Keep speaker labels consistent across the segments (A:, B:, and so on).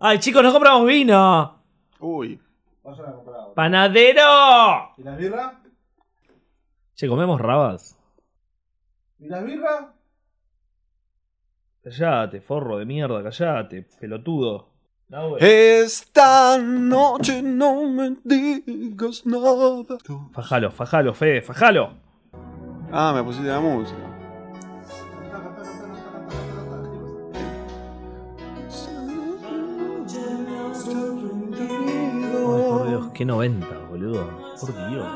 A: Ay, chicos, no compramos vino.
B: Uy.
C: Vayan a comprar agua.
A: ¡Panadero!
C: ¿Y las birras?
A: Che, comemos rabas.
C: ¿Y las birras?
A: Callate, forro de mierda, callate, pelotudo. No, güey.
B: Esta noche no me digas nada.
A: Fajalo, fajalo, Fede, fajalo.
B: Ah, me pusiste la música.
A: Ay, por Dios, qué 90, boludo. Por Dios.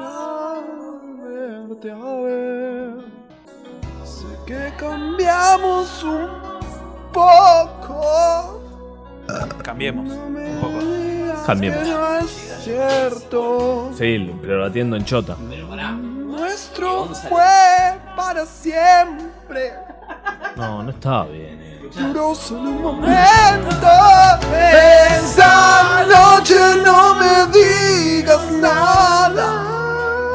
B: Verte a ver. Sé que cambiamos un poco.
D: Cambiemos.
B: Un
D: poco.
A: Cambiemos.
B: No es cierto.
A: Sí, pero lo atiendo en chota.
E: Pero pará.
B: Nuestro fue para siempre.
A: No, no está bien. eh.
B: Duró solo un momento. Esta noche no me digas nada.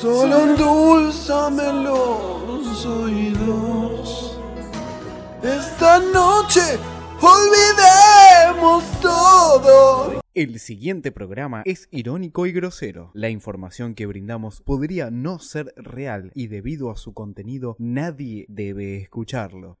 B: Solo endulzamelo los oídos. Esta noche olvidemos todo.
F: El siguiente programa es irónico y grosero. La información que brindamos podría no ser real y debido a su contenido nadie debe escucharlo.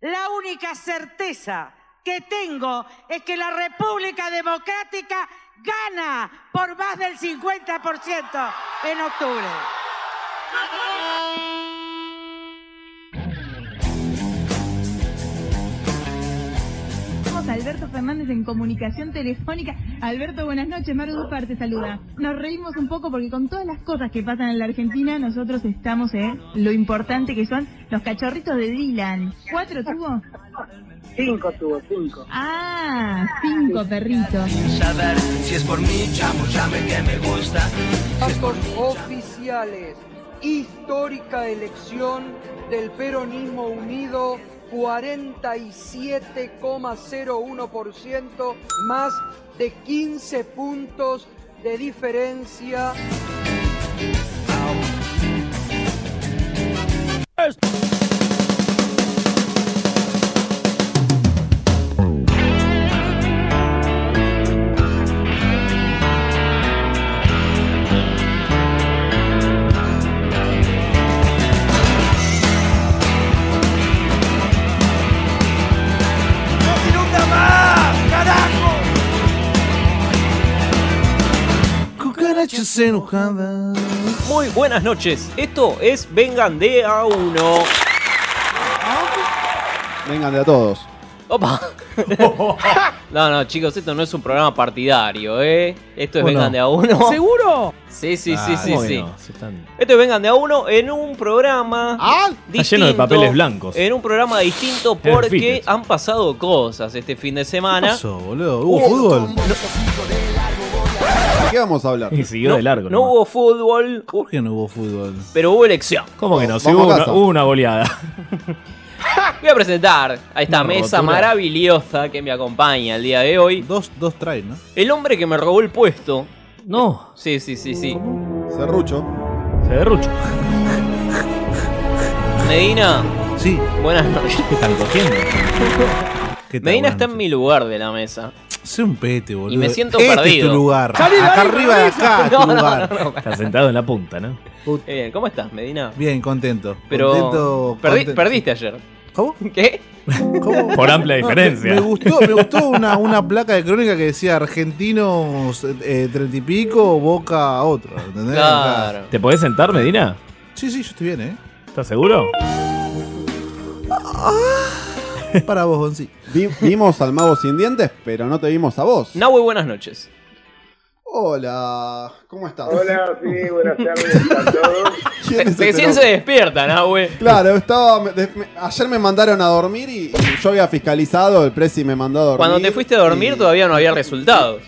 G: La única certeza que tengo es que la República Democrática gana por más del 50% en octubre.
H: Tenemos a Alberto Fernández en comunicación telefónica. Alberto, buenas noches. Maru Dupar te saluda. Nos reímos un poco porque con todas las cosas que pasan en la Argentina, nosotros estamos en lo importante que son los cachorritos de Dylan. ¿Cuatro tuvo?
G: Cinco tuvo, cinco.
H: Ah, cinco perritos.
E: Saber si es por mí, chamo, llame que me gusta.
I: Datos oficiales. Histórica elección del peronismo unido. 47,01% más de 15 puntos de diferencia.
B: Cucarachas enojadas.
D: Muy buenas noches. Esto es Vengan de a uno.
C: Vengan de a todos.
D: Opa. no, no, chicos, esto no es un programa partidario, ¿eh? Esto es
A: Bueno.
D: Vengan de a uno.
A: ¿Seguro?
D: Sí, sí, sí,
A: Ah,
D: sí,
A: ¿cómo que
D: sí.
A: no? Se están- Ah,
D: Esto es Vengan de a uno en un programa.
A: Está lleno de
D: Ah, distinto,
A: papeles blancos.
D: En un programa distinto
A: En el
D: porque
A: fitness.
D: han pasado cosas este fin de
B: ¿Qué
D: semana.
B: pasó, boludo? ¿Hubo fútbol?
C: ¿De qué vamos a hablar?
A: Y siguió
D: no,
A: de largo.
D: no
A: nomás.
D: hubo fútbol,
B: ¿Por qué no hubo fútbol?
D: pero hubo elección.
A: ¿Cómo que no?
C: Vamos
A: Sí, hubo
C: a
A: una,
C: casa.
A: hubo una goleada.
D: Voy a presentar a esta
B: Una
D: mesa
B: rotura.
D: maravillosa que me acompaña el día de hoy.
B: Dos, dos traen, ¿no?
D: El hombre que me robó el puesto.
A: No,
D: Sí, sí, sí, sí.
C: Serrucho.
A: se derrucho.
D: Medina,
B: Sí.
D: buenas noches.
B: ¿Qué están cogiendo? ¿Qué tal?
D: Medina
B: Buenas
D: está en
B: noches.
D: mi lugar de la mesa.
B: Sé un pete, boludo.
D: Y me siento
B: este
D: perdido.
B: es tu lugar. acá arriba de acá es tu
D: No, no,
B: lugar.
D: no, no.
A: Está sentado en la punta, ¿no?
D: Eh, bien, ¿cómo estás, Medina?
B: Bien, contento.
D: Pero
B: Contento,
D: perdi-
B: contento.
D: perdiste ayer.
B: ¿Cómo?
D: ¿Qué?
B: ¿Cómo?
A: Por amplia
B: No,
A: diferencia.
B: me, me gustó, me gustó una, una placa de crónica que decía argentinos eh, treinta y pico, boca otro. ¿Entendés?
D: Claro.
A: Eh, ¿Te podés sentar, Medina?
B: Sí, sí, yo estoy bien, ¿eh?
A: ¿Estás seguro?
B: Para vos, Gonzi.
C: Vi- vimos al mago sin dientes, pero no te vimos a vos.
D: Nahue, buenas noches.
C: Hola, ¿cómo estás?
J: Hola, sí, buenas tardes a todos.
C: ¿Quién es este
D: Recién
C: loco?
D: se despierta, Nahue.
C: Claro, estaba. me- de- me- ayer me mandaron a dormir y, y yo había fiscalizado, el presi me mandó a dormir.
D: Cuando te fuiste a dormir
C: y
D: todavía no había resultados.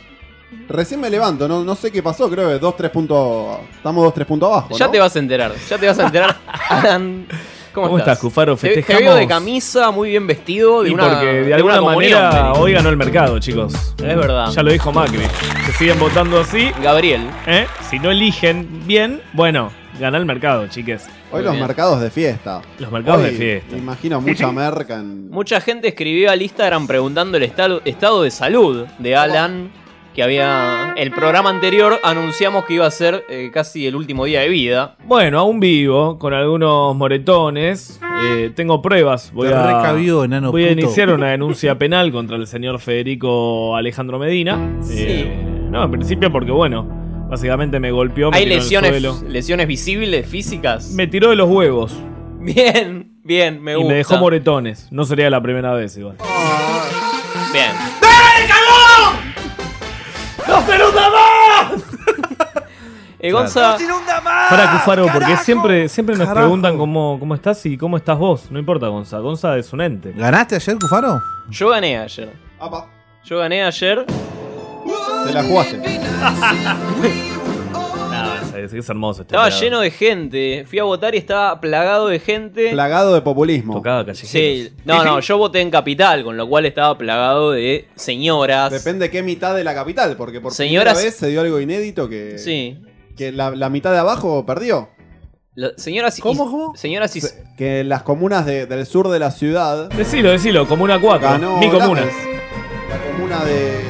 C: Recién me levanto, no, no sé qué pasó, creo que dos, tres puntos. Estamos dos, tres puntos abajo.
D: Ya
C: ¿no?
D: te vas a enterar, ya te vas a enterar. Alan, ¿Cómo,
A: ¿Cómo estás, Cufaro?
D: Te, te
A: Festejamos-
D: veo de camisa, muy bien vestido. De
A: Y
D: una,
A: porque de
D: una
A: alguna
D: comunión,
A: manera
D: Federico.
A: hoy ganó el mercado, chicos.
D: Es verdad.
A: Ya lo dijo Macri. Se siguen votando así.
D: Gabriel.
A: ¿eh? Si no eligen bien, bueno, gana el mercado, chiques.
C: Hoy los mercados de fiesta.
A: Los mercados
C: Hoy
A: de fiesta.
C: Imagino mucha merca en.
D: Mucha gente escribió al Instagram preguntando el estado, estado de salud de Alan. Que había. El programa anterior anunciamos que iba a ser eh, casi el último día de vida.
A: Bueno, aún vivo, con algunos moretones. Eh, tengo pruebas. Voy
K: Te
A: a,
K: recabió, enano
A: voy a
K: puto.
A: iniciar una denuncia penal contra el señor Federico Alejandro Medina. Eh, no, en principio porque, bueno, básicamente me golpeó. Me
D: ¿Hay
A: tiró en el
D: lesiones,
A: suelo.
D: lesiones visibles, físicas?
A: Me tiró de los huevos
D: Bien, bien, me
A: y
D: gusta.
A: me dejó moretones. No sería la primera vez, igual.
D: Bien.
A: ¡No se inunda más!
D: Eh, Gonza,
A: Para Cufaro, porque siempre, siempre nos
K: Carajo.
A: preguntan cómo, cómo estás y cómo estás vos. No importa, Gonza. Gonza es un ente.
K: ¿Ganaste ayer, Cufaro?
D: yo gané ayer.
C: Apa,
D: Yo gané ayer.
C: Te la jugaste.
A: Ah, es, es hermoso. Este
D: Estaba
A: pelado.
D: lleno de gente. Fui a votar y estaba plagado de gente.
C: Plagado de populismo.
A: Tocaba callejeros.
D: Sí, no, no, yo voté en Capital, con lo cual estaba plagado de señoras.
C: Depende qué mitad de la capital, porque por
D: Señoras-
C: primera vez se dio algo inédito que,
D: Sí.
C: que la, la mitad de abajo perdió.
D: La- señoras y-
C: ¿Cómo, cómo?
D: Señoras y.
C: Se- Que las comunas de- del sur de la ciudad
A: Decilo, decilo, comuna 4.
C: ganó
A: mi comuna.
C: Lames. La comuna de,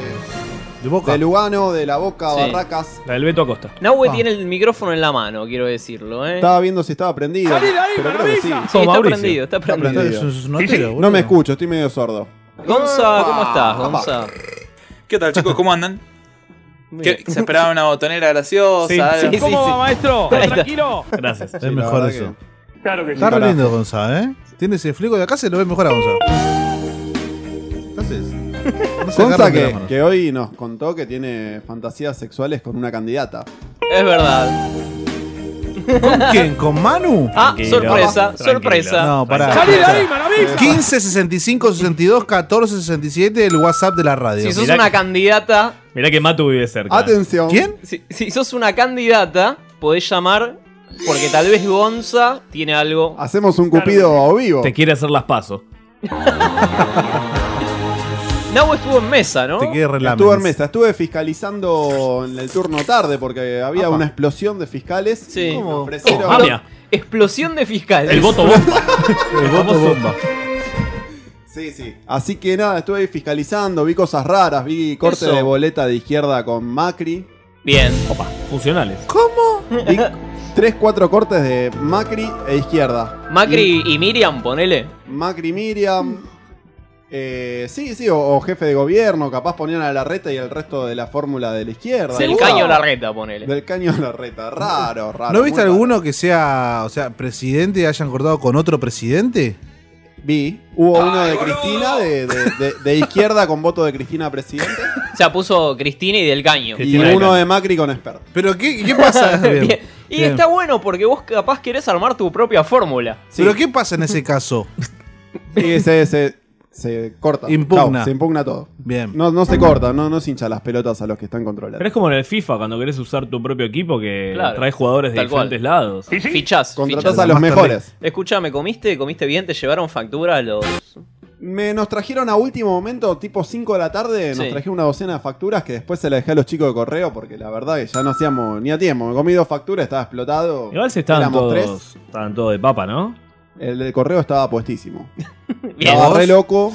K: De Boca.
C: de Lugano, de La Boca,
D: Sí.
C: Barracas.
A: La del Beto Acosta.
D: Nahue
K: Ah.
D: tiene el micrófono en la mano, quiero decirlo, ¿eh?
C: Estaba viendo si estaba prendido. pero creo que sí.
D: Sí,
A: Como
D: está
A: Mauricio.
D: prendido, está
C: Está
D: prendido.
C: prendido.
K: Es un- es un notero, boludo.
C: No me escucho, estoy medio sordo.
D: Gonza, ¿cómo estás,
C: Papá.
D: Gonza?
L: ¿Qué tal, chicos? ¿Cómo andan?
D: Muy
L: ¿Qué-
D: bien.
L: ¿Se esperaba una botonera graciosa?
A: Sí,
L: algo?
D: sí, sí.
A: maestro?
D: Ahí está.
A: Tranquilo. Gracias.
K: Es mejor
C: verdad
K: eso. Está re
C: Carajo.
K: lindo Gonzalo, ¿eh? Tiene ese fleco de acá, se lo ve mejor a Gonzalo. Entonces. no se
C: Gonza
K: agarran de las
C: que,
K: manos.
C: que hoy nos contó que tiene fantasías sexuales con una candidata.
D: Es verdad.
K: ¿Con quién? ¿Con Manu?
D: Ah,
A: Tranquilo.
D: sorpresa,
A: Tranquilo.
D: sorpresa.
K: No, pará.
A: Salí
K: de ahí, maravilla! 15 65 62 14 67, el WhatsApp de la radio.
D: Si sos
A: Mirá
D: una
A: que-
D: candidata.
A: Mirá que Matu vive cerca.
C: Atención.
K: ¿Quién?
D: Si, si sos una candidata, podés llamar porque tal vez Gonza tiene algo.
C: Hacemos un cupido a vivo.
A: Te quiere hacer las pasos.
D: Nahue estuvo en mesa, ¿no?
K: Te quiere relamen.
C: Estuve en mesa, estuve fiscalizando en el turno tarde porque había
K: Apa.
C: una explosión de fiscales.
D: Sí.
C: Me
K: ¿Cómo?
C: ofrecieron-
A: Ah, mira.
D: Oh, Explosión de fiscales.
A: El voto bomba.
K: El voto bomba.
C: Sí, sí. Así que nada, estuve fiscalizando, vi cosas raras, vi corte
D: Eso.
C: de boleta de izquierda con Macri,
D: Bien.
A: Opa, funcionales.
C: vi tres, cuatro cortes de Macri e izquierda.
D: Macri y Miriam, ponele.
C: Macri Miriam. eh, sí, sí, o, o jefe de gobierno, capaz ponían a la reta y el resto de la fórmula de la izquierda.
D: Del
C: Wow.
D: caño a la reta, ponele.
C: Del caño a la reta, raro, raro.
K: ¿No viste
C: muy raro.
K: alguno que sea, o sea, presidente y hayan cortado con otro presidente?
C: Vi, hubo uno de Cristina, de, de- de- de izquierda con voto de Cristina presidente,
D: O sea, puso Cristina y del caño.
A: Que
C: y
A: tiene
C: uno
A: acá.
C: de Macri con expert.
K: ¿Pero qué, qué pasa? Bien,
D: Bien. Y
K: bien.
D: está bueno porque vos capaz querés armar tu propia fórmula.
C: Sí.
K: ¿Pero qué pasa en ese caso?
C: Y se, se- se corta.
K: Impugna.
C: Chau, se impugna todo.
K: Bien.
C: No, no se corta, no, no se hincha las pelotas a los que están
A: Pero es
C: controlando.
A: como en el FIFA, cuando querés usar tu propio equipo que
D: Claro.
A: trae jugadores de
D: Tal cual.
A: diferentes lados.
D: Fichás,
C: Contratás
D: fichás.
C: a los
K: Más tarde.
C: mejores.
D: Escuchame, ¿comiste? ¿Comiste bien? ¿Te llevaron factura los...?
C: Me, nos trajeron a último momento, tipo 5 de la tarde, nos
D: Sí.
C: trajeron una docena de facturas que después se las dejé a los chicos de correo porque la verdad que ya no hacíamos ni a tiempo. Me comí dos facturas, estaba explotado.
A: Igual se estaban
C: Éramos
A: todos, estaban todos de papa, ¿no?
C: El del correo estaba puestísimo.
D: Bien.
C: Estaba re loco.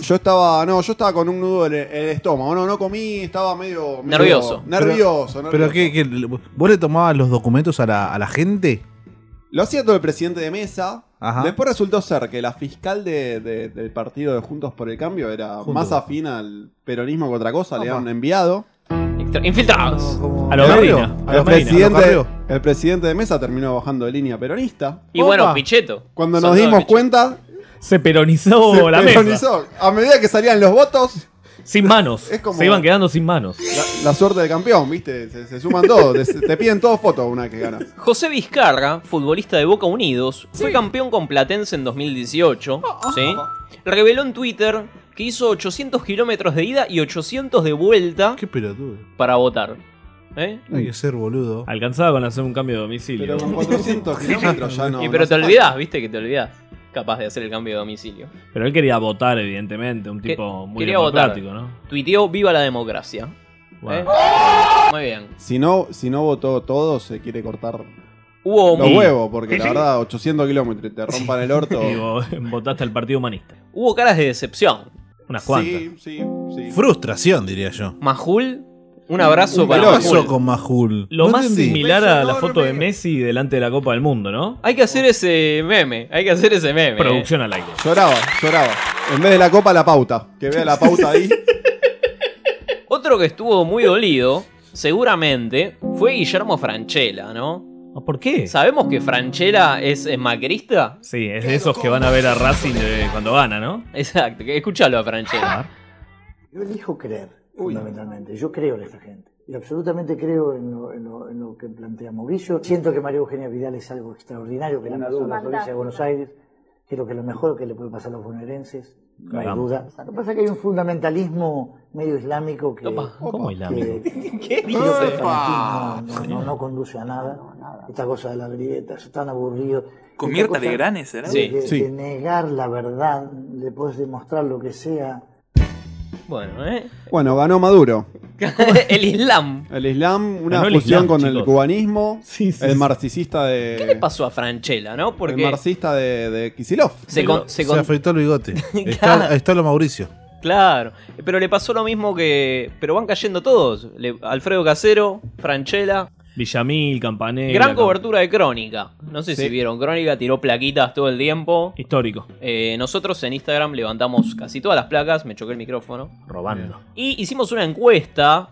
C: Yo estaba, no, yo estaba con un nudo en el, en el estómago. No, no comí, estaba medio. medio
D: Nervioso.
C: nervioso, nervioso.
K: ¿Pero qué, qué- ¿Vos le tomabas los documentos a la, a la gente?
C: Lo hacía todo el presidente de mesa.
K: Ajá.
C: Después resultó ser que la fiscal de- de- del partido de Juntos por el Cambio era
K: Juntos.
C: más afín al peronismo que otra cosa. Le
K: Opa.
C: habían enviado.
D: Extra- Infiltrados.
A: A lo
K: ¿Carrió?
A: Medina.
C: El
A: A lo Medina,
K: a lo
C: presidente,
K: Carrió.
C: el presidente de mesa terminó bajando de línea peronista.
D: Y bueno,
K: Opa.
D: Pichetto.
C: Cuando
D: Son
C: nos
D: todos
C: dimos
D: Pichetto.
C: cuenta,
A: Se peronizó
C: se
A: la mesa.
C: peronizó. A medida que salían los votos,
A: Sin manos.
C: Es como-
A: Se iban quedando sin manos.
C: la, la suerte del campeón, ¿viste? Se, se suman todos. te, te piden todos fotos una vez que ganas.
D: José Vizcarra, futbolista de Boca Unidos, fue campeón con Platense en 2018, ¿sí? Reveló en Twitter que hizo 800 kilómetros de ida y 800 de vuelta
K: Qué pelotudo.
D: para votar. ¿Eh?
K: Hay que ser boludo.
A: Alcanzaba con hacer un cambio de domicilio.
C: Pero con 400 kilómetros ya no.
D: y
C: no
D: pero te
C: hace
D: olvidás, viste que te olvidás. Capaz de hacer el cambio de domicilio.
A: Pero él quería votar, evidentemente. Un tipo muy
D: Quería votar.
A: democrático, ¿no?
D: Tuiteó viva la democracia.
A: Wow.
D: ¿Eh? Muy bien.
C: Si no, si no votó todo, se quiere cortar
D: Hubo
C: los
D: un-
C: huevos, porque
D: Sí,
C: la
D: sí.
C: verdad, 800 kilómetros y te rompan el orto.
A: Y vos votaste al Partido Humanista.
D: Hubo caras de decepción.
A: Unas
C: cuantas. Sí, sí, sí.
K: Frustración, diría yo.
D: Majul, un abrazo
K: Un
D: para
K: veloz.
D: Majul.
K: con Majul?
A: Lo
K: No
A: más
K: entendí.
A: similar a la foto de Messi delante de la Copa del Mundo, ¿no?
D: Hay que hacer ese meme, hay que hacer ese meme. ¿eh?
A: Producción al aire.
C: Lloraba, lloraba. En vez de la copa, la pauta. Que vea la pauta ahí.
D: Otro que estuvo muy dolido, seguramente, fue Guillermo Franchella, ¿no?
A: Ah, ¿Por qué?
D: Sabemos que Franchella es, eh, macrista.
A: Sí, es de esos que van a ver a Racing eh, cuando gana, ¿no?
D: Exacto, que- escúchalo a Franchella.
M: Yo elijo creer, fundamentalmente. Yo creo en esta gente. Y absolutamente creo en lo, en lo- en lo que plantea Mauricio. Siento que María Eugenia Vidal es algo extraordinario que le ha
N: Una
M: pasado a
N: duda.
M: la provincia de Buenos Aires. Creo que lo mejor que le puede pasar a los bonaerenses, no hay
N: Caramba.
M: duda. Lo que pasa es que hay un fundamentalismo medio islámico que...
A: ¿cómo
M: que-
A: islámico?
D: ¿Qué
M: creo que el
N: dice?
M: fanatismo No, no- no conduce a nada. Esta cosa de la grieta, es tan aburrido.
L: Con
M: Esta
L: Mirta
M: cosa
L: Legrand, ¿será?
M: de-
L: Sí,
M: de-
L: sí.
M: de negar la verdad, le puedes demostrar lo que sea.
D: Bueno, ¿eh?
C: Bueno, ganó Maduro.
D: el Islam.
C: El Islam, una
D: Ganó el
C: fusión
D: Islam,
C: con el
D: chicos.
C: cubanismo.
D: sí,
C: el
D: sí.
C: marxista de.
D: ¿Qué le pasó a Franchella, no?
C: El
D: Porque
C: marxista de, de Kisilov.
D: Se con- se con-
K: afeitó el bigote. está, está lo Mauricio.
D: Claro, pero le pasó lo mismo que. Pero van cayendo todos. Le- Alfredo Casero, Franchella.
A: Villamil, Campanella.
D: Gran
A: Cam-
D: cobertura de Crónica. No sé
A: Sí.
D: si vieron, Crónica tiró plaquitas todo el tiempo.
A: Histórico.
D: Eh, nosotros en Instagram levantamos casi todas las placas, me choqué el micrófono.
A: Robando.
D: Y hicimos una encuesta.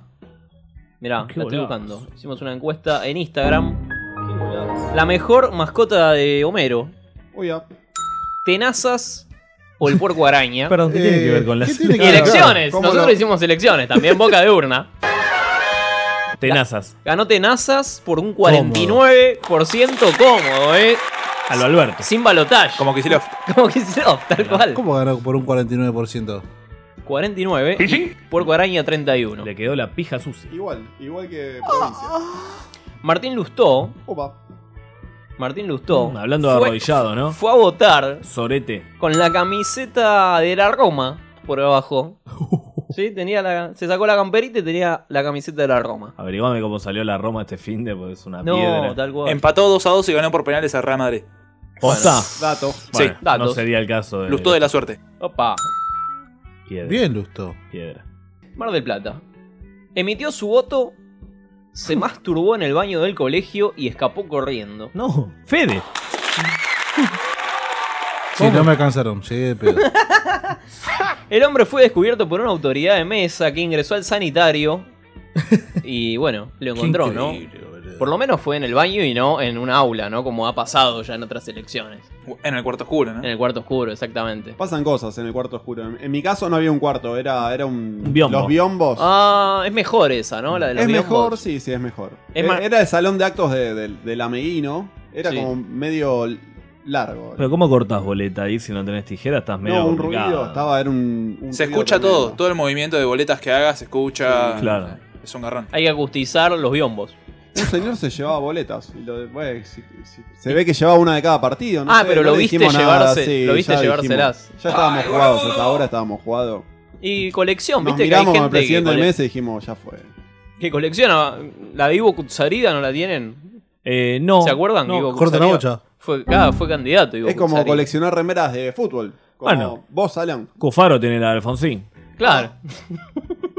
D: Mirá,
A: Qué
D: la estoy
A: bolazo.
D: buscando. Hicimos una encuesta en Instagram. La mejor mascota de Homero.
C: Oiga.
D: Tenazas o el puerco araña.
A: Perdón, Eh, ¿qué tiene que ver con las- tiene que
D: Y
A: ver?
D: elecciones?
A: ¿Cómo
D: Nosotros
A: lo-
D: hicimos elecciones también, boca de urna.
A: Tenazas.
D: Ganó Tenazas por un 49% cómodo, ¿eh?
A: A lo Alberto.
D: Sin balotaje. Como
L: Kicillof.
D: Como Kicillof, tal cual.
K: ¿Cómo ganó por un 49%?
D: 49. Puerco Araña 31.
A: Le quedó la pija sucia.
C: Igual, igual que provincia.
D: Martín Lustó.
C: Ah. Opa.
D: Martín Lustó.
A: Mm, hablando de
D: fue-
A: arrodillado, ¿no?
D: Fue a votar
A: Sorete.
D: con la camiseta de la Roma por abajo. Sí, tenía la, se sacó la camperita y tenía la camiseta de la Roma.
A: Averiguame cómo salió la Roma este fin de, porque es una
D: No,
A: piedra.
D: tal cual.
L: Empató 2 a 2 y ganó por penales a Real Madrid.
A: Posta.
C: Dato.
A: Bueno,
L: sí,
A: No
L: datos.
A: sería el caso de.
L: Lustó de la suerte.
D: Opa.
A: Piedra.
K: Bien, Lusto.
A: Piedra.
D: Mar del Plata. Emitió su voto, se masturbó en el baño del colegio y escapó corriendo.
A: No, Fede.
K: Sí, no me alcanzaron. Llegué de pedo.
D: El hombre fue descubierto por una autoridad de mesa que ingresó al sanitario y bueno, lo encontró, ¿no? Por lo menos fue en el baño y no en un aula, ¿no? Como ha pasado ya en otras elecciones.
L: En el cuarto oscuro, ¿no?
D: En el cuarto oscuro, exactamente.
C: Pasan cosas en el cuarto oscuro. En, en mi caso no había un cuarto, era, era un.
D: biombo.
C: Los biombos.
D: Ah, es mejor esa, ¿no? La de los
C: es
D: biombos.
C: mejor, sí, sí, es mejor.
D: Es
C: Eh,
D: más-
C: Era el salón de actos de- del del ameguino. Era
D: Sí.
C: como medio l- largo.
A: Pero ¿cómo cortás boleta ahí si no tenés tijera? Estás medio.
C: No, un
A: complicado.
C: ruido. Estaba, era un. un
L: Se
C: ruido
L: escucha
C: tremendo.
L: todo, todo el movimiento de boletas que hagas se escucha.
A: Sí, claro.
L: Es un garrón.
D: Hay que acustizar los biombos.
C: Un señor se llevaba boletas. y lo de- bueno, si- si- se ve que llevaba una de cada partido. No
D: Ah,
C: sé,
D: pero
C: no
D: lo
C: le
D: viste
C: dijimos nada,
D: llevarse-
C: sí,
D: lo viste
C: ya dijimos.
D: llevárselas.
C: ya estábamos jugados, hasta ahora estábamos jugados.
D: Y colección,
C: Nos
D: viste que hay
C: miramos
D: gente
C: con el presidente de
D: que, cole-
C: mesa y dijimos, ya fue.
D: que colecciona. La de Ivo Kutsarida no la tienen.
A: Eh, no.
D: ¿Se acuerdan? que
A: No,
D: Ivo
A: corta la
D: Kutsarida
A: bocha.
D: Fue, ah, fue candidato. Ivo
C: Es como
D: Kutsarida.
C: coleccionar remeras de fútbol. Como
A: Bueno.
C: vos, Alan.
A: Cufaro tiene la de Alfonsín.
D: Claro.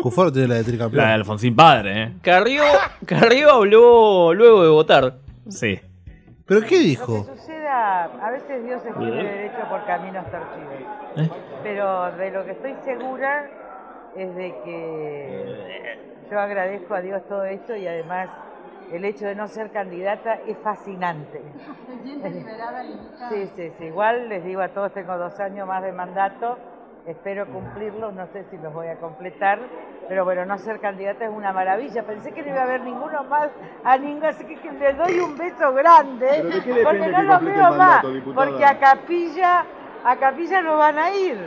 K: Cufaro tiene la de tricampeón.
A: La de Alfonsín padre, ¿eh?
D: Carrió, Carrió habló luego de votar.
A: Sí.
K: ¿Pero qué dijo?
G: suceda, a veces Dios escribe derecho por caminos torcidos. Pero de lo que estoy segura es de que yo agradezco a Dios todo esto y además el hecho de no ser candidata es fascinante. Sí, sí, sí. Igual les digo a todos, tengo dos años más de mandato, espero cumplirlos, no sé si los voy a completar, pero bueno, no ser candidata es una maravilla. Pensé que no iba a haber ninguno más a ninguno, así que, que le doy un beso grande,
O: ¿Pero de qué depende
G: porque no
O: que
G: los
O: complete el
G: veo más,
O: mandato, diputada?
G: porque a Capilla, a Capilla no van a ir,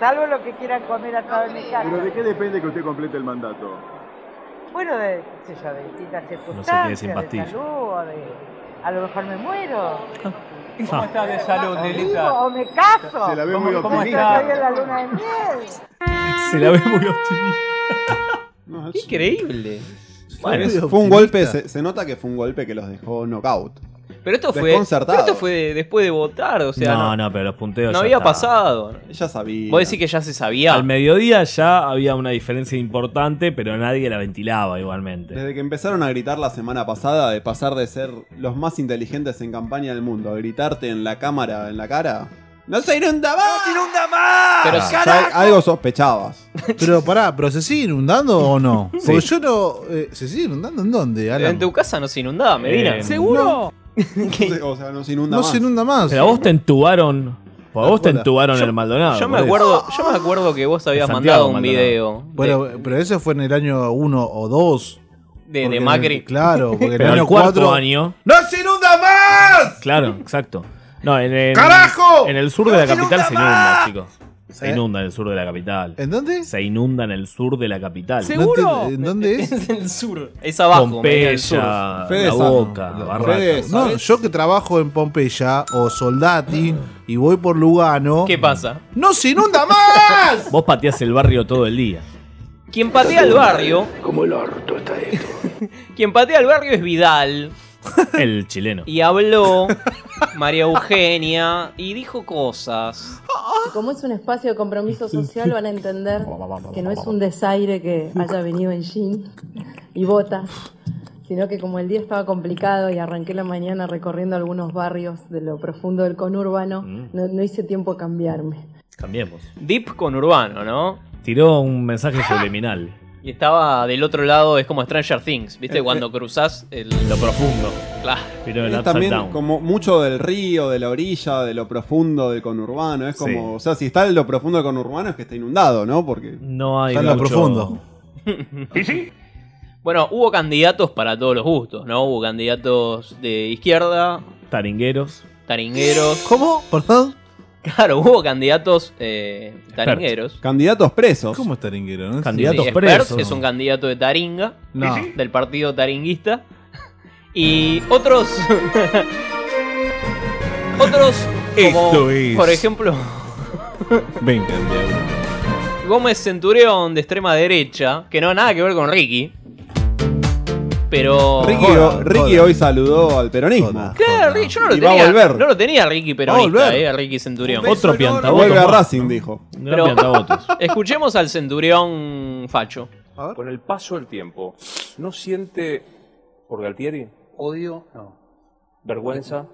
G: salvo lo que quieran comer a todos mis casa.
O: ¿Pero de qué depende que usted complete el mandato?
G: Bueno, de, qué sé yo, de distintas
A: sin
G: circunstancias, de
A: pastilla.
G: salud, o de, a lo mejor me muero.
N: ¿Cómo estás de salud,
G: ¿Vivo
N: Lilita?
G: o me caso?
N: Se la ve muy
G: ¿Cómo- cómo
N: optimista.
G: estoy en la luna de miel?
A: Se la ve muy optimista.
D: Increíble.
C: Bueno,
D: Bueno.
C: fue un golpe, se, se nota que fue un golpe que los dejó knockout.
D: Pero esto fue,
C: Desconcertado.
D: pero esto fue de- después de votar, o sea,
A: no,
D: no,
A: no, pero los punteos.
D: no
A: ya
D: había
A: estaban.
D: pasado.
C: Ya sabía.
D: Vos decís que ya se sabía.
A: Al mediodía ya había una diferencia importante, pero nadie la ventilaba igualmente.
C: Desde que empezaron a gritar la semana pasada de pasar de ser los más inteligentes en campaña del mundo a gritarte en la cámara, en la cara. ¡No se inunda
B: Ah,
C: más! ¡No se
P: inunda
A: Ah,
P: más!
C: Pero algo sospechabas.
K: Ah, Pero pará, ¿pero se sigue inundando o no?
C: Sí.
K: Porque yo no. eh, ¿Se sigue inundando en dónde, Alan?
D: En tu casa no se inundaba, Medina.
A: Eh,
D: ¿Seguro?
C: o sea, no se inunda
K: No
C: más.
K: se inunda más.
A: Pero a vos te entubaron. A vos te
K: Bueno,
A: entubaron
K: yo-
A: el Maldonado.
D: Yo me
A: por eso.
D: acuerdo, yo me acuerdo que vos habías mandado
A: Santiago,
D: un
A: Maldonado.
D: video
K: Bueno, pero eso fue en el año 1 o 2.
D: de, de Macri.
K: Claro, porque en el
A: Pero al
K: año
A: cuarto
K: 4.
A: año.
K: ¡No se inunda más!
A: Claro, exacto. No, en el,
K: ¡Carajo!
A: En el sur de la
K: ¡No se
A: capital
K: inunda
A: se inunda,
K: más! ¿Eh?
A: chicos. Se inunda en el sur de la capital.
K: ¿En dónde?
A: Se inunda en el sur de la capital.
K: No entiendo, ¿En dónde es?
D: Es el sur. Es abajo, Medina, el sur.
A: Pompeya,
K: Fede
A: La
K: Sano.
A: Boca, Barracas.
K: No, yo que trabajo en Pompeya o Soldati y voy por Lugano.
D: ¿Qué pasa?
K: ¡No se inunda más!
A: Vos pateás el barrio todo el día.
D: Quien patea al barrio,
A: Como el orto.
D: quien patea al barrio es Vidal.
A: El chileno.
D: Y habló María Eugenia y dijo cosas.
I: Ah.
O: Y Como es un espacio de compromiso social, van a entender que no es un desaire que haya venido en jean y botas, sino que como el día estaba complicado y arranqué la mañana recorriendo algunos barrios de lo profundo del conurbano,
I: Mm.
O: no, no hice tiempo a cambiarme.
A: También vos.
D: Deep con Urbano, ¿no?
A: Tiró un mensaje subliminal.
D: Y estaba del otro lado, es como Stranger Things, ¿viste?
A: Eh,
D: Cuando cruzás el...
A: Lo profundo.
D: Claro.
A: Pero el
C: Es
A: upside
C: Eh, también
A: down.
C: como mucho del río, de la orilla, de lo profundo del conurbano. Es como,
A: Sí.
C: o sea, si está en lo profundo del conurbano es que está inundado, ¿no? Porque
A: No hay
C: Está en lo
A: mucho-
C: profundo.
D: ¿Y sí? Bueno, hubo candidatos para todos los gustos, ¿no? Hubo candidatos de izquierda,
A: Taringueros.
D: taringueros.
K: ¿Cómo? ¿Perdón?
D: Claro, hubo candidatos eh, taringueros.
C: candidatos presos.
K: ¿Cómo es taringuero? No?
D: Sí, Spers es un candidato de Taringa,
K: No.
D: del partido taringuista. Y otros. otros. como,
K: Esto es-
D: Por ejemplo,
K: Venga, Diablo.
D: Gómez Centurión de extrema derecha, que no nada que ver con Ricky. Pero.
C: Ricky, Ricky hoy saludó al peronismo.
D: Claro, Ricky, yo no lo
C: Y va a
D: tenía.
C: volver.
D: No lo tenía Ricky
C: Va a
D: Peronista,
C: volver.
D: eh, a Ricky Centurión.
C: Otro piantavoto. Vuelve a Racing, dijo.
D: Pero- escuchemos al Centurión Facho.
Q: Con el paso del tiempo, ¿no siente por Galtieri
I: Odio, no.
Q: vergüenza?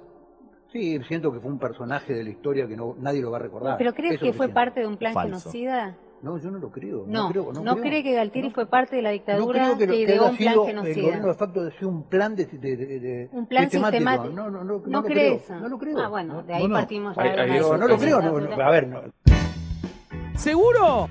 I: Sí, siento que fue un personaje de la historia que no, nadie lo va a recordar.
R: ¿Pero crees
I: Ah, Eso
R: que
I: es lo
R: fue
I: siento.
R: parte de un plan
I: Falso.
R: genocida?
I: No, yo no lo creo. No,
R: No,
I: creo, no,
R: no
I: creo.
R: cree que Galtieri fue parte de la
I: No
R: dictadura
I: creo que, lo-
R: que
I: que
R: ideó
I: haya
R: un plan
I: sido el gobierno
R: genocida.
I: de facto de un plan de, de- de- de-
R: Un plan sistemático.
I: No, no, no, no,
R: no
I: lo
R: cree
I: creo.
R: eso.
I: No lo creo.
R: Ah, bueno, de ahí
I: No, no.
R: partimos.
I: Ahí-
R: ya
I: ahí
R: de
I: digo,
R: una
I: no lo creo, no,
R: dictadura.
I: no, a ver, no.
D: ¿Seguro?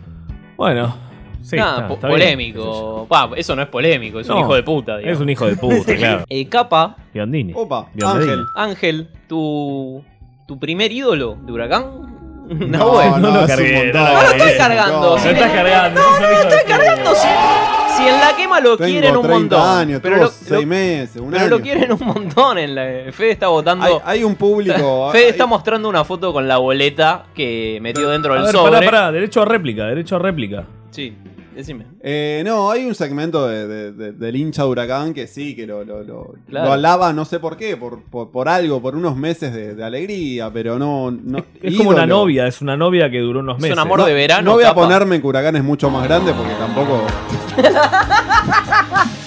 A: Bueno. Sí,
D: Nada,
A: está-
D: po-
A: está bien.
D: polémico. Pa, eso no es polémico, es un
A: No,
D: hijo de puta. digamos.
A: es un hijo de puta, claro.
D: Eh, Capa,
A: Biondini.
D: Opa,
A: Biondini.
D: Ángel. Ángel, tu, tu primer ídolo de Huracán. No,
A: no lo es un cargué, montón. no lo
D: No lo
A: cargué.
D: estoy cargando.
A: No,
D: si
A: lo
D: me-
A: estás cargando,
D: No,
A: sos
D: no
A: un
D: lo
A: hijo de
D: estoy cargando. Si, si en la quema lo
C: Tengo
D: quieren un
C: 30
D: montón.
C: años,
D: pero
C: tuvo
D: lo,
C: seis
D: lo-
C: meses, un
D: pero
C: año.
D: lo quieren un montón. En la, Fede está votando.
C: Hay- hay un público,
D: Fede
C: hay-
D: está mostrando una foto con la boleta que metió dentro
A: A
D: del
A: ver,
D: sobre.
A: pará, pará, derecho a réplica, derecho a réplica.
D: Sí, decime.
C: Eh, no, hay un segmento de- de- de- del hincha de huracán que sí, que lo, lo, lo-
D: Claro.
C: lo alaba, no sé por qué, por, por, por algo, por unos meses de, de alegría, pero no. no
A: Es como una
C: ídolo.
A: novia, es una novia que duró unos meses.
C: No- No voy a ponerme en que huracán es mucho más grande porque tampoco.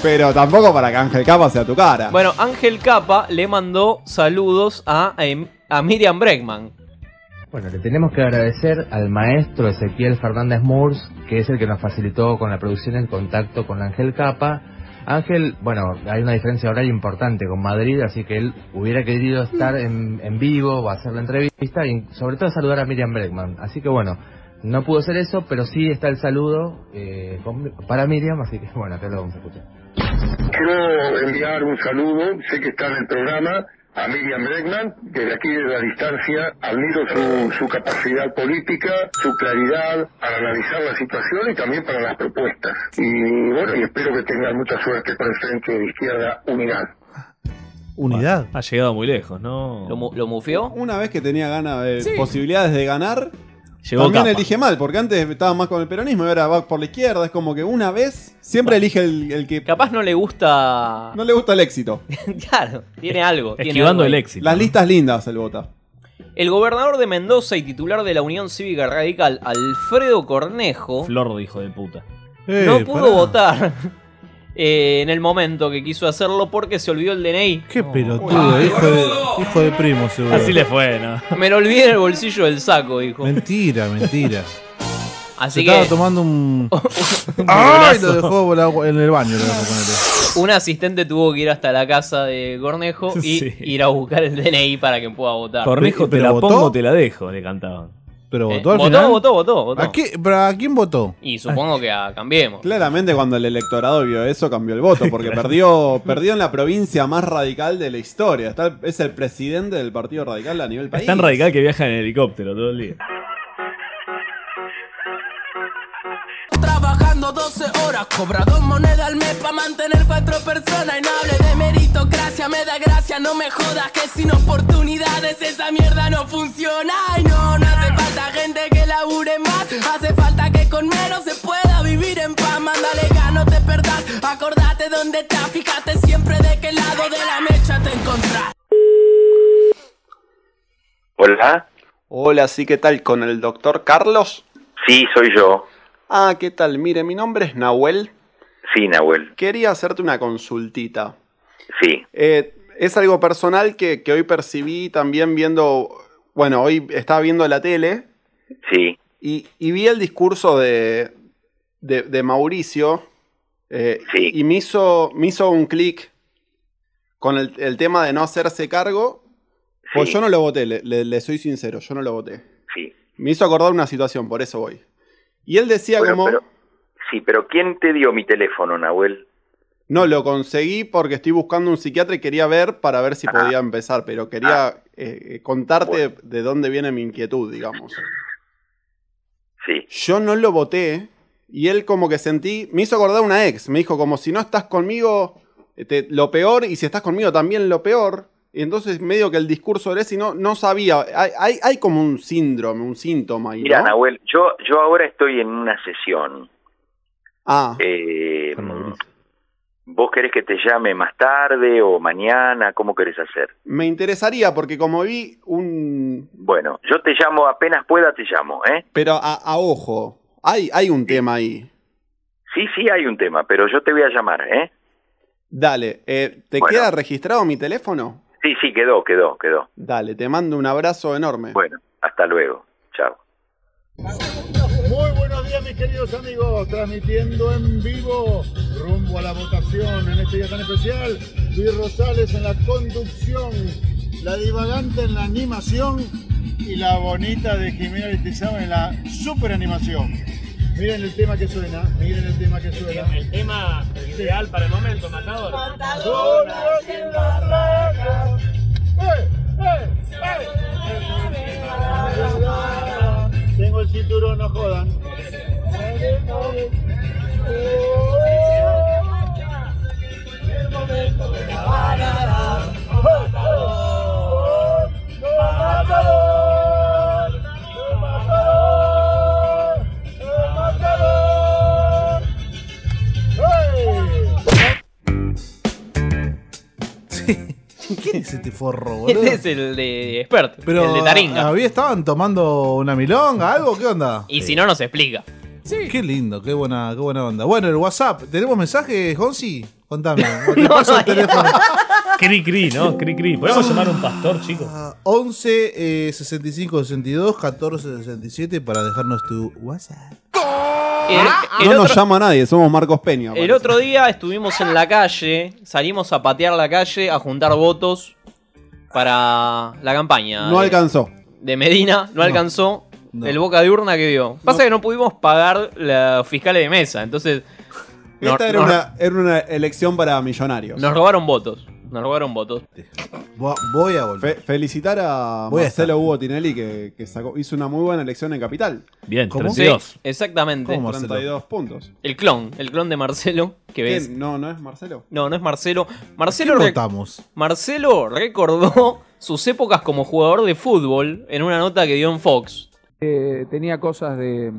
C: pero tampoco para que Ángel Capa sea tu
A: Ah.
C: cara.
D: Bueno, Ángel Capa le mandó saludos a, em- a Miriam Bregman.
F: Bueno, le tenemos que agradecer al maestro Ezequiel Fernández Murs, que es el que nos facilitó con la producción el contacto con Ángel Capa. Ángel, bueno, hay una diferencia horaria importante con Madrid, así que él hubiera querido estar en, en vivo o hacer la entrevista y sobre todo saludar a Miriam Bregman. Así que bueno, no pudo ser eso, pero sí está el saludo eh, con- para Miriam, así que bueno, acá lo vamos a escuchar.
S: Quiero enviar un saludo, sé que está en el programa,
T: a Miriam Bregman, desde aquí desde la distancia admiro su, su capacidad política, su claridad para analizar la situación y también para las propuestas. Y bueno, y espero que tengan mucha suerte con el Frente de Izquierda Unidad.
A: Unidad. Ha llegado muy lejos, ¿no?
D: ¿Lo, mu- lo mufió?
C: Una vez que tenía ganas de posibilidades de ganar,
A: Llegó
C: también
A: capa.
C: elige mal, porque antes estaba más con el peronismo y ahora va por la izquierda. Es como que una vez siempre elige el, el que.
D: Capaz no le gusta.
C: No le gusta el éxito.
D: Claro, tiene algo. tiene algo ahí.
C: Las listas lindas el vota.
D: El gobernador de Mendoza y titular de la Unión Cívica Radical, Alfredo Cornejo,
A: Flor de hijo de puta.
K: Eh,
D: no pudo votar eh, en el momento que quiso hacerlo porque se olvidó el DNI.
K: Qué pelotudo, hijo, de, hijo de primo, seguro.
A: Así le fue, ¿no?
D: Me lo olvidé en el bolsillo del saco, dijo.
K: Mentira, mentira. Se
D: Así
K: estaba
D: que
K: tomando un. ¡Ay!
D: bolonazo.
K: Lo dejó volado en el baño. lo dejó ponerle.
D: un asistente tuvo que ir hasta la casa de Cornejo y
A: Sí.
D: ir a buscar el DNI para que pueda votar.
A: Cornejo, te
K: ¿Pero
A: la
K: votó?
A: pongo, te la dejo, le cantaban.
K: Pero
D: votó al Eh, votó, final. votó, votó, votó.
K: ¿A qué- pero ¿A quién votó?
D: Y supongo que a cambiemos.
C: Claramente cuando el electorado vio eso cambió el voto, porque perdió, perdió en la provincia más radical de la historia. Está- es el presidente del Partido Radical a nivel país.
A: Es tan radical que viaja en helicóptero todo el día.
U: Trabajando 12 horas, cobra dos monedas al mes para mantener cuatro personas. Y no hable de meritocracia, me da gracia, no me jodas que sin oportunidades esa mierda no funciona. Y no, no hace falta gente que labure más, hace falta que con menos se pueda vivir en paz. Mándale gano, te perdás, acordate dónde estás, fíjate siempre de qué lado de la mecha te encontrás.
V: Hola,
C: Hola, sí, ¿qué tal? ¿Con el doctor Carlos?
V: sí, soy yo.
C: Ah, ¿qué tal? Mire, mi nombre es Nahuel.
V: Sí, Nahuel.
C: Quería hacerte una consultita.
V: Sí,
C: Eh, es algo personal que, que hoy percibí también viendo, bueno, hoy estaba viendo la tele
V: sí,
C: y, y vi el discurso de, de, de Mauricio eh, y me hizo, me hizo un clic con el, el tema de no hacerse cargo. Pues yo no lo voté, le, le- le soy sincero, yo no lo voté.
V: sí.
C: Me hizo acordar una situación, por eso voy. Y él decía
V: Bueno,
C: como...
V: pero- Sí, pero ¿quién te dio mi teléfono, Nahuel?
C: No, lo conseguí porque estoy buscando un psiquiatra y quería ver para ver si podía empezar, pero quería eh, eh, contarte de dónde viene mi inquietud, digamos.
V: Sí.
C: Yo no lo voté y él como que sentí, me hizo acordar una ex, me dijo como si no estás conmigo, este, lo peor, y si estás conmigo también lo peor. Y entonces medio que el discurso era ese y no, no sabía, hay, hay, hay como un síndrome, un síntoma ahí,
V: Mira,
C: ¿no?
V: Nahuel, yo, yo ahora estoy en una sesión.
C: Ah,
V: Eh, ¿Vos querés que te llame más tarde o mañana? ¿Cómo querés hacer?
C: me interesaría porque como vi un...
V: Bueno, yo te llamo apenas pueda, te llamo, ¿eh?
C: Pero a, a ojo, hay, hay un tema ahí.
V: Sí, sí, hay un tema, pero yo te voy a llamar, ¿eh?
C: Dale, eh, ¿te
V: Bueno.
C: queda registrado mi teléfono?
V: Sí, sí, quedó, quedó, quedó.
C: Dale, te mando un abrazo enorme.
V: Bueno, hasta luego. Chao.
W: Muy buenos días mis queridos amigos, transmitiendo en vivo rumbo a la votación en este día tan especial. Luis Rosales en la conducción, la divagante en la animación y la bonita de Jimena Listizado en la super animación. Miren el tema que suena, miren el tema que suena. El tema ideal para el momento, matador. Tengo el cinturón, no jodan.
K: ¿Quién es este forro, boludo?
D: Este es el de experto,
K: Pero, ah,
D: el de Taringa.
K: ¿Había estaban tomando una milonga, algo? ¿Qué onda?
D: Y si no, nos explica.
K: Qué lindo, qué buena, qué buena onda. Bueno, el WhatsApp, ¿tenemos mensajes, Gonzi? Contame. ¿o te paso el teléfono?
A: Cri cri, ¿no? Cri cri. ¿Podemos llamar a un pastor, chicos?
K: 11 Ah, eh, 65 62 14 67 para dejarnos tu WhatsApp.
D: El
C: no nos
D: otro-
C: llama nadie, somos Marcos Peña.
D: El otro día estuvimos en la calle, salimos a patear la calle, a juntar votos para la campaña.
C: No
D: de-
C: alcanzó.
D: de Medina, no, alcanzó el boca de urna que dio. Pasa que no pudimos pagar los fiscales de mesa, entonces nos,
C: Esta era,
D: nos-
C: una, era una elección para millonarios.
D: nos robaron votos. Nos robaron votos.
K: Voy a volver.
C: felicitar a
D: Voy a
C: Marcelo Hugo Tinelli que, que sacó- hizo una muy buena elección en Capital.
A: Bien,
D: ¿Cómo?
A: 32.
D: Sí, exactamente.
C: ¿Cómo, Marcelo? 32 puntos.
D: El clon, el clon de Marcelo, que ves.
C: ¿Quién? No, no es Marcelo.
D: No, no es Marcelo. Marcelo, rec-
K: Votamos.
D: Marcelo recordó sus épocas como jugador de fútbol en una nota que dio en Fox.
X: Eh, tenía cosas de,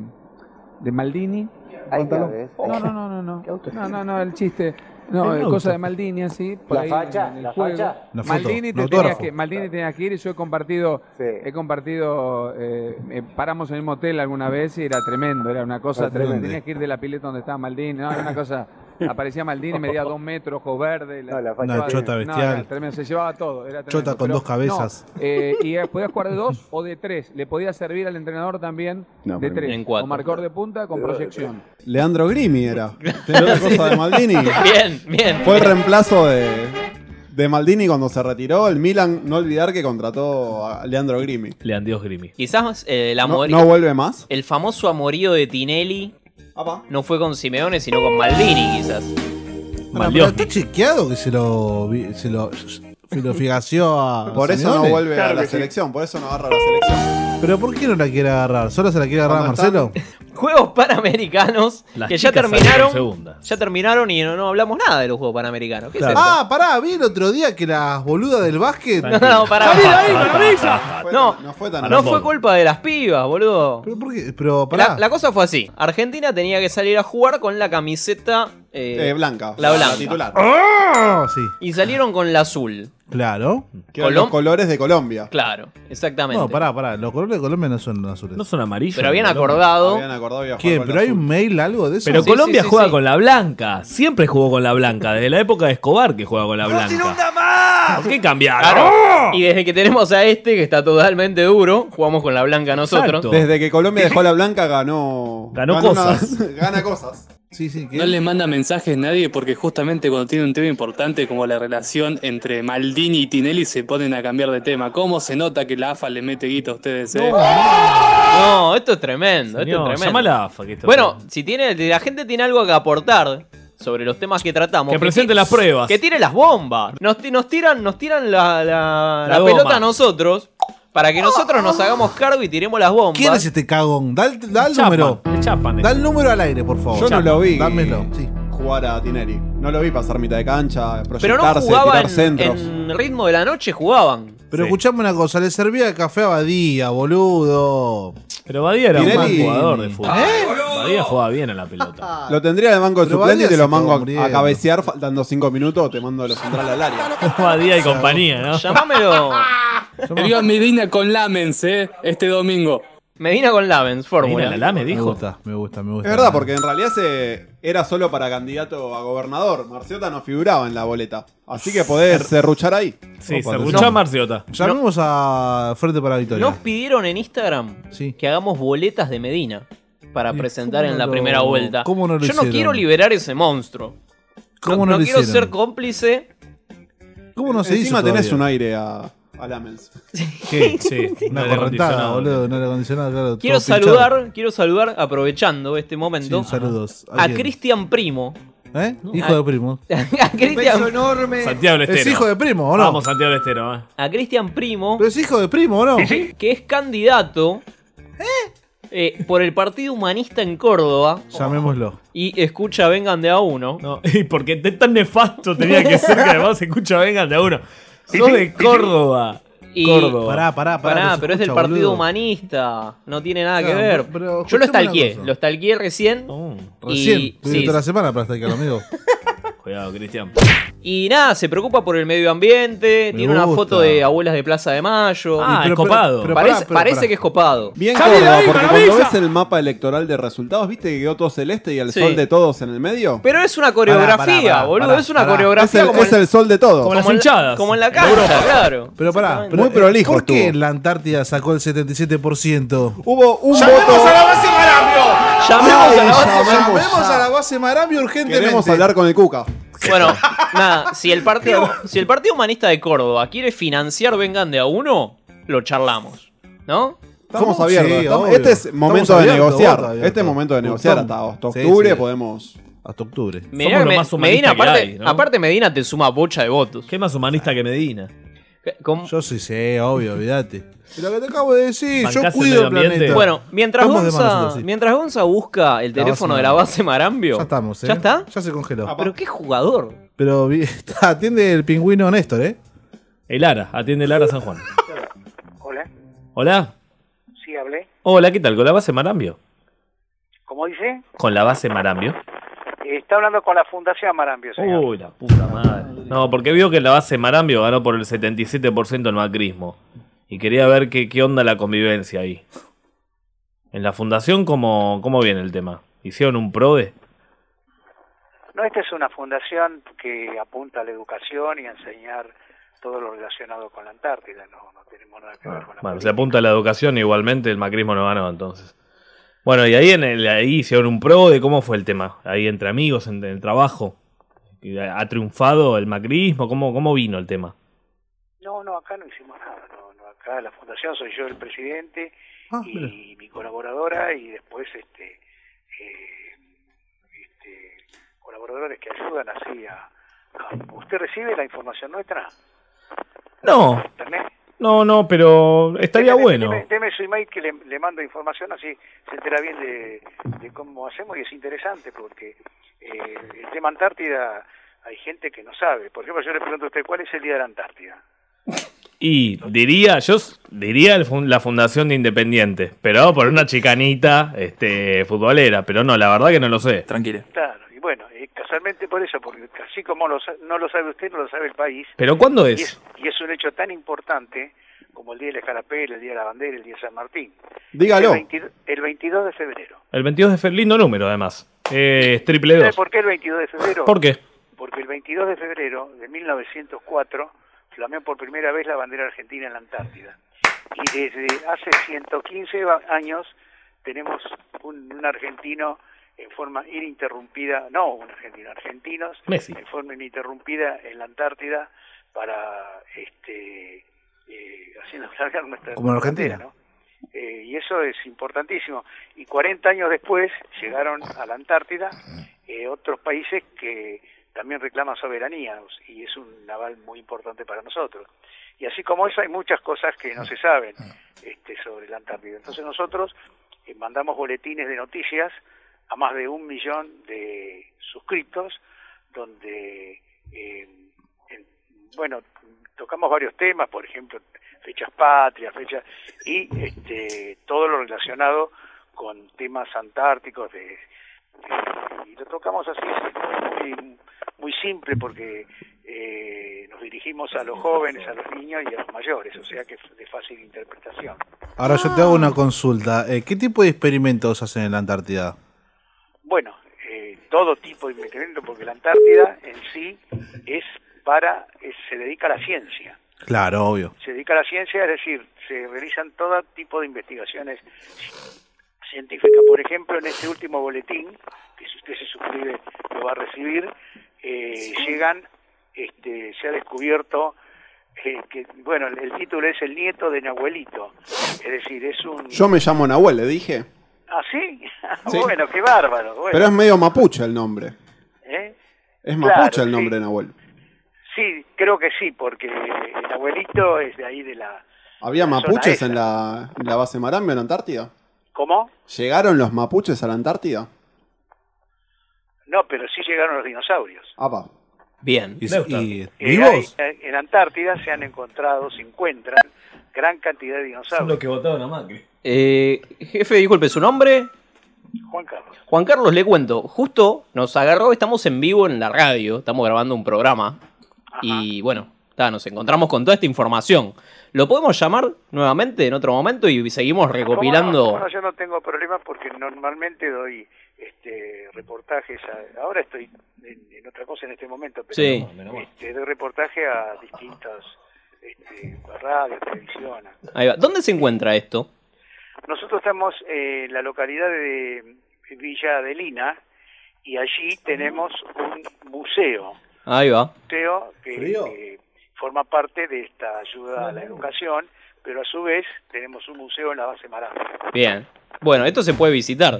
X: de Maldini. Cuéntalo. No, no, no, no, no. No, no, no, el chiste. No,
E: El
X: eh,
E: auto.
X: cosas de Maldini así. por
E: La
X: ahí
E: facha,
X: en el
E: la
X: juego.
E: facha. La foto,
X: Maldini,
E: un
X: te tenía
E: autógrafo.
X: que, Maldini tenía que ir y yo he compartido, he compartido, eh, eh, paramos en el motel alguna vez y era tremendo, era una cosa
E: Ah,
X: tremenda.
E: ¿dónde?
X: Tenías que ir de la pileta donde estaba Maldini, no, era una cosa, aparecía Maldini, medía dos metros, ojos verdes. La,
K: facha. Una chota
X: no,
K: bestial.
X: era tremendo, se llevaba todo. Era tremendo,
K: Chota con
X: pero
K: dos cabezas.
X: no, eh, y eh, podía jugar de dos o de tres, le podía servir al entrenador también
C: No,
X: de
C: pero-
X: tres,
C: En cuatro.
X: con marcador de punta, con proyección.
C: Leandro Grimi era. Tenía otra cosa de Maldini.
X: Bien, bien.
C: Fue el reemplazo de, de Maldini cuando se retiró. El Milan, no olvidar que contrató a Leandro Grimi.
A: Leandro Grimi.
D: Quizás eh, el
C: No-
D: amor.
C: no vuelve más.
D: El famoso amorío de Tinelli no fue con Simeone, sino con Maldini, quizás.
K: Bueno, pero está chequeado que se lo, vi- se lo, se lo figació a.
C: Por eso no
K: Simeone.
C: vuelve a la selección, por eso no agarra la selección.
K: ¿Pero por qué no la quiere agarrar? ¿Solo se la quiere agarrar a
C: Cuando están-
K: Marcelo?
D: Juegos Panamericanos
K: Las
D: que ya
K: chicas salieron
D: terminaron.
K: segundas.
D: Ya terminaron y no, no hablamos nada de los Juegos Panamericanos. ¿Qué es esto?
K: Ah, pará, vi el otro día que las boludas del básquet.
D: No, no, pará.
K: ¡Salí de ahí,
D: Pará,
K: maravilla!
D: pará, pará. No, no fue,
K: tan-
D: culpa de las pibas, boludo.
K: ¿Pero por qué? Pero pará.
D: La, la cosa fue así. Argentina tenía que salir a jugar con la camiseta eh,
C: Eh, blanca.
D: La blanca.
C: La titular.
K: ¡Ah! Sí,
D: Y salieron con la azul.
K: claro.
D: Que eran los Colom-
C: colores de Colombia.
D: Claro, exactamente.
K: No, pará, pará. Los colores de Colombia no son azules. No
A: son amarillos.
D: Pero habían acordado-
C: Habían acordado viajar
K: ¿Quién?
C: con
K: ¿Pero hay un mail, algo de eso?
A: Pero Colombia juega con la blanca. Siempre jugó con la blanca. Desde la época de Escobar que juega con la blanca. ¿Por qué cambiaron?
D: Claro. Ah, Y desde que tenemos a este, que está totalmente duro, jugamos con la blanca nosotros.
C: Desde que Colombia dejó la blanca ganó. ganó una- gana cosas.
K: Sí, sí,
H: No le manda mensajes nadie porque justamente cuando tiene un tema importante como la relación entre Maldini y Tinelli se ponen a cambiar de tema. ¿Cómo se nota que la AFA le mete guita a ustedes? eh?
D: No, esto es tremendo. esto es
H: Señor,
D: tremendo.
H: llama a la
A: AFA, que esto-
D: bueno, si tiene, la gente tiene algo que aportar sobre los temas que tratamos.
A: Que presente
D: ti-
A: las pruebas.
D: Que tire las bombas. Nos, ti- nos tiran, nos tiran la, la-
A: La
D: la
A: goma.
D: pelota a nosotros para que nosotros nos hagamos cargo y tiremos las bombas.
K: ¿Quién es este cagón? Da el, da el
D: Chapman,
K: número.
A: el Chapman,
K: Da el número al aire, por favor.
C: Yo no lo vi.
K: Dámelo.
C: Jugar a Tinelli. No lo vi pasar mitad de cancha,
D: Pero no
C: proyectarse,
D: jugaba
C: tirar
D: en,
C: centros.
D: en ritmo de la noche, jugaban.
K: Pero escuchame una cosa, le servía de café a Badía, boludo.
A: Pero Badía era un
K: Tinelli-
A: buen jugador de fútbol.
K: ¿Eh?
A: Badía jugaba bien a la pelota.
C: Lo tendría en el banco de
A: Pero
C: suplente y te
A: Badía
C: lo
A: se
C: mango
A: acabó
C: a- a,
A: muriendo.
C: cabecear faltando 5 minutos, te mando a los central al área.
A: Badía y compañía, ¿no?
D: Llámamelo.
H: Viva Medina con Lamens, eh, este domingo.
D: Medina con Lamens, fórmula.
A: Medina Lamens,
K: Me gusta, me gusta, me
C: Es
K: gusta.
C: verdad, porque en realidad se era solo para candidato a gobernador. Marciota no figuraba en la boleta. Así que
K: Er,
C: podés serruchar ahí.
A: Sí,
K: Opa,
A: serruchó
K: no.
A: a Marciota.
K: Llamemos a Frente para la Victoria.
D: Nos pidieron en Instagram que hagamos boletas de Medina para presentar
K: cómo
D: en la
K: lo-
D: primera vuelta.
K: cómo no lo
D: Yo no
K: hicieron?
D: quiero liberar ese monstruo.
K: ¿Cómo
D: no
K: no lo
D: quiero
K: hicieron?
D: ser cómplice.
K: ¿Cómo no se hizo
C: Encima tenés
K: todavía?
C: un aire a, a Lamens.
K: ¿Qué? Una correntada,
C: acondicionado.
K: boludo. No era acondicionado, claro.
D: Quiero
K: todo pinchado.
D: saludar, quiero saludar, aprovechando este momento,
K: Sí, saludos. ¿A
D: a
K: quién?
D: Cristian Primo.
K: ¿Eh? Hijo de primo.
D: a Cristian enorme.
A: Santiago del
K: Es
A: Estero.
K: hijo de primo, ¿o no?
A: Vamos, Santiago del Estero. eh.
D: A Cristian Primo.
K: Pero es hijo de primo, ¿o no?
D: Que es candidato eh, por el Partido Humanista en Córdoba.
K: Llamémoslo.
D: Y escucha, vengan de a uno.
A: y porque es tan nefasto tenía que ser que además se escucha, vengan de a uno. Sos de Córdoba.
D: Y-
A: Córdoba.
D: Pará, pero es del Partido Humanista. No tiene nada que
A: Claro,
D: ver.
A: pero
D: Yo
A: escuchame
D: lo
A: una
D: stalqué.
A: cosa.
D: Lo stalqué recién.
A: Oh,
K: Recién.
D: Y,
K: Tuviste
D: sí,
K: toda la semana para estar aquí, amigo.
A: Cuidado, Cristian.
D: y nada, se preocupa por el medio ambiente.
K: Me
D: tiene una
K: gusta.
D: foto de abuelas de Plaza de Mayo.
A: Ah, es copado.
D: parece parece que es copado.
C: Bien Córdoba, porque cuando ves el mapa electoral de resultados, ¿viste que quedó todo celeste y el
D: Sí.
C: sol de todos en el medio?
D: Pero es una coreografía, boludo. es una coreografía
C: Es el,
D: como
C: es el sol de todos.
D: en- Como en la cancha, claro.
K: Pero pará,
D: Exactamente.
K: pero, eh,
C: Muy prolijo
K: ¿Por qué
C: estuvo.
K: en la Antártida sacó el 77%?
C: Hubo un
K: voto.
C: base Marambio!
K: Llamemos a la base-
C: Llamemos
K: llamemos
C: ya.
K: a la base Marambio urgentemente.
C: Queremos hablar con el Cuca.
D: Bueno, nada, si el, partido, si el Partido Humanista de Córdoba quiere financiar Vengan de a uno, lo charlamos, ¿no?
C: Estamos abiertos. Estamos- este es momento de negociar. Este es momento de negociar hasta agosto, octubre podemos
K: Hasta octubre.
D: Medina,
A: Somos lo
D: me-
A: más
D: Medina,
A: humanista que
D: aparte,
A: hay, ¿no?
D: aparte Medina te suma bocha de votos.
A: ¿Qué más humanista que Medina?
K: Yo sí sé, obvio, olvídate. Lo que te acabo de decir, yo cuido el planeta.
D: Bueno, mientras
K: Estamos de
D: Gonza,
K: más nosotros, sí.
D: mientras Gonza busca el
K: La
D: teléfono
K: base
D: de la
K: Marambio.
D: base Marambio.
K: Ya estamos, ¿eh?
D: ¿Ya está? Ah,
K: Ya se congeló.
D: Pero qué jugador.
K: Pero vi- está- atiende el pingüino Néstor, ¿eh?
A: El Ara, atiende el Ara San Juan.
S: Hola,
A: Hola.
S: sí hablé.
A: Hola, ¿qué tal? ¿Con la base Marambio?
S: ¿Cómo dice?
A: ¿Con la base Marambio?
S: Está hablando con la Fundación Marambio, señor.
A: Uy, la puta madre. No, porque vio que la base Marambio ganó por el 77% el macrismo. Y quería ver qué, qué onda la convivencia ahí. En la fundación, ¿cómo, cómo viene el tema? ¿Hicieron un PRODE?
S: No, esta es una fundación que apunta a la educación y a enseñar todo lo relacionado con la Antártida. No, no tenemos nada que ver con la
A: Bueno, se apunta a la educación, igualmente el macrismo no ganó entonces. Bueno, y ahí, en el, ahí hicieron un pro de cómo fue el tema. Ahí entre amigos, en, en el trabajo. Y ¿Ha ha triunfado el macrismo? ¿Cómo, ¿Cómo vino el tema?
S: No, no, acá no hicimos nada. No, no, acá la fundación soy yo el presidente
A: Ah,
S: y mi colaboradora y después este, eh, este, colaboradores que ayudan así a, a- ¿Usted recibe la información nuestra?
A: No,
S: ¿Internet?
A: no, no, pero estaría
S: Deme-
A: bueno.
S: Deme, deme su email que le, le mando información así se entera bien de, de cómo hacemos y es interesante porque eh, el tema Antártida hay gente que no sabe. Por ejemplo, yo le pregunto a usted, ¿cuál es el día de la Antártida?
A: Y diría, yo s- diría el fun- la fundación de Independiente, pero por una chicanita este, futbolera, pero no, la verdad que no lo sé. Tranquila.
S: Claro, y bueno, eh, casualmente por eso, porque así como lo sa- no lo sabe usted, no lo sabe el país.
A: ¿Pero cuándo
S: Y
A: es?
S: Y es un hecho tan importante como el Día de la Escarapela, el Día de la Bandera, el Día de San Martín.
A: Dígalo.
S: El 22, el 22 de febrero.
A: El 22 de febrero, lindo número además. Eh, es triple
S: ¿Sabe
A: dos.
S: por qué el 22 de febrero?
A: ¿Por qué?
S: Porque el 22 de febrero de 1904 flameó por primera vez la bandera argentina en la Antártida. Y desde hace 115 va- años tenemos un, un argentino en forma ininterrumpida, no un argentino, argentinos
A: Messi.
S: en forma ininterrumpida en la Antártida para este eh, haciendo largar nuestra
K: Como en Argentina.
S: bandera, ¿no? Eh, y eso es importantísimo. Y 40 años después llegaron a la Antártida eh, otros países que también reclaman soberanía y es un naval muy importante para nosotros. Y así como eso hay muchas cosas que no se saben este, sobre la Antártida. Entonces nosotros eh, mandamos boletines de noticias a más de un millón de suscriptos donde, eh, en- bueno, tocamos varios temas, por ejemplo, fechas patrias, fechas, y este, todo lo relacionado con temas antárticos de, de- y lo tocamos así muy, muy simple porque eh, nos dirigimos a los jóvenes, a los niños y a los mayores, o sea que es de fácil interpretación.
K: Ahora yo te hago una consulta. Eh, ¿Qué tipo de experimentos hacen en la Antártida?
S: Bueno, eh, todo tipo de impedimento, porque la Antártida en sí es para, es- se dedica a la ciencia.
K: Claro, obvio.
S: Se dedica a la ciencia, es decir, se realizan todo tipo de investigaciones científicas. Por ejemplo, en este último boletín, que si usted se suscribe lo va a recibir, eh, llegan, este, se ha descubierto eh, que, bueno, el, el título es El nieto de Nahuelito. Es decir, es un...
C: Yo me llamo Nahuel, le dije.
S: ¿Ah, sí? bueno, qué bárbaro. bueno.
C: Pero es medio mapuche el nombre.
S: ¿Eh?
C: Es
S: Claro,
C: mapuche el nombre de Nahuel.
S: Sí, creo que sí, porque el abuelito es de ahí de la...
C: ¿Había
S: la zona
C: mapuches
S: esa.
C: en la, en la base Marambio en Antártida?
S: ¿Cómo?
C: ¿Llegaron los mapuches a la Antártida?
S: No, pero sí llegaron los dinosaurios.
C: Apa.
D: Bien.
C: ¿Y,
S: Eh, hay- eh, en Antártida se han encontrado, se encuentran gran cantidad de dinosaurios.
A: que votaron a Macri.
D: Eh, jefe, disculpe, ¿su nombre?
S: Juan Carlos.
D: Juan Carlos, le cuento. Justo nos agarró, estamos en vivo en la radio, estamos grabando un programa. Y bueno, ta, nos encontramos con toda esta información. ¿Lo podemos llamar nuevamente en otro momento y seguimos recopilando?
S: ¿Cómo no? ¿Cómo no? yo no tengo problemas porque normalmente doy este, reportajes. a- ahora estoy en, en otra cosa en este momento, pero
D: Sí.
S: este, doy reportaje a distintas este, radios, televisiones.
D: Ahí va. ¿Dónde se encuentra esto?
S: Nosotros estamos eh, en la localidad de Villa Adelina y allí tenemos un museo,
D: Ahí va.
S: museo que,
D: Frío.
S: que forma parte de esta ayuda a la educación, pero a su vez tenemos un museo en la base Marambio.
D: Bien. Bueno, esto se puede visitar.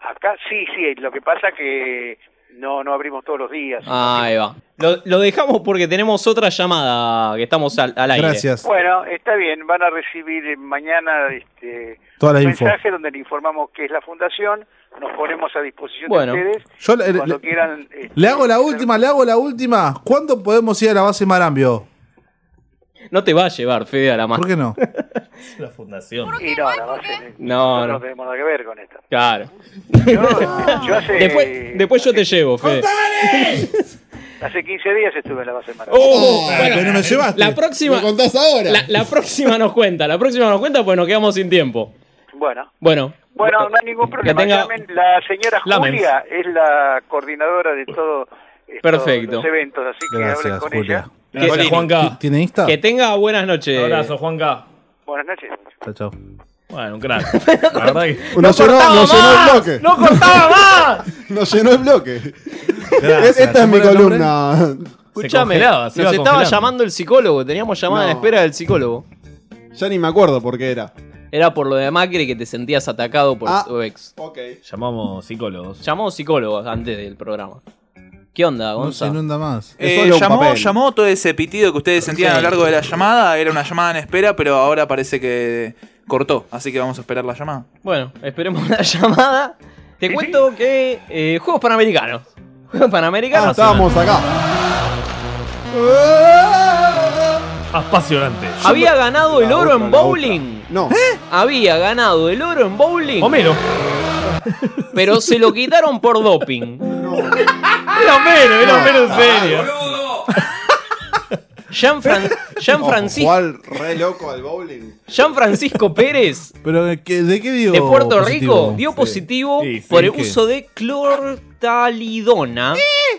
S: Acá sí, sí, lo que pasa que No, no abrimos todos los días.
D: Ahí va. Lo, lo dejamos porque tenemos otra llamada que estamos al, al aire.
S: Bueno, está bien, van a recibir eh, mañana este,
K: Toda la
S: un
K: info.
S: mensaje donde le informamos qué es la fundación, nos ponemos a disposición
K: Bueno.
S: de ustedes.
K: Yo le-
S: cuando
K: le-
S: quieran, eh,
K: Le hago la última, le hago la última. ¿Cuándo podemos ir a la base Marambio?
D: No te va a llevar, Fede, a la mano.
K: ¿Por qué no?
A: La fundación.
S: y no, la base,
D: No,
S: no
D: no.
S: tenemos nada que ver con esto.
D: Claro.
S: Yo hace,
D: Después, después yo te llevo, Fede.
S: hace 15 días estuve en la base Maravillosa.
D: Oh, bueno,
K: pero Ah, me llevaste.
D: La próxima.
K: Me contás ahora.
D: La, la próxima nos cuenta. La próxima nos cuenta pues nos quedamos sin tiempo.
S: Bueno.
D: Bueno.
S: Bueno, no hay ningún problema.
D: tenga-
S: Llamen, la señora
D: Llamen.
S: Julia es la coordinadora de todo eh,
D: Perfecto.
S: todos los eventos, así que hablen con ella.
D: Que-
A: Gracias, Juanca.
K: ¿Tiene Insta?
D: Que tenga buenas noches.
A: Abrazo, Juanca.
S: Buenas noches.
K: Chao, chao.
A: Bueno, un crack. La verdad que.
E: Nos llenó-
A: cortaba
E: nos llenó el
A: más!
E: bloque.
A: ¡No cortaba más!
E: Nos llenó el bloque. E-,
D: Gracias.
E: Esta es mi
D: ¿Se pone el nombre?
E: columna.
D: Escuchame,
E: congelaba,
D: nos
E: se iba
D: estaba
E: congelando.
D: llamando el psicólogo. Teníamos llamada en
E: No.
D: espera del psicólogo.
E: Ya ni me acuerdo por qué era.
D: Era por lo de Macri que te sentías atacado por
E: Ah,
D: tu ex.
A: Llamamos psicólogos.
D: Llamamos psicólogos antes del programa. ¿Qué onda,
K: No se
D: Gonzalo?
K: inunda más.
L: Eh, llamó, llamó todo ese pitido que ustedes sentían a lo largo de la llamada. Era una llamada en espera, pero ahora parece que cortó. Así que vamos a esperar la llamada.
D: Bueno, esperemos la llamada. Te cuento que eh, Juegos Panamericanos. Juegos Panamericanos.
E: Ah, estábamos acá.
A: Apasionante.
D: Había ganado el oro en bowling. ¿Eh?
E: No.
D: Había ganado el oro en bowling.
A: Homero.
D: Pero se lo quitaron por doping.
A: Era Homero, era Homero
K: Ah,
A: en serio.
D: Gianfran- Gianfrancisco
E: Juan re loco al bowling.
D: Gianfrancisco Pérez
K: Pero ¿de qué, de qué dio?
D: de Puerto
K: positivo?
D: Rico dio
K: Sí.
D: positivo
K: sí,
D: por el
K: ¿qué?
D: uso de clortalidona,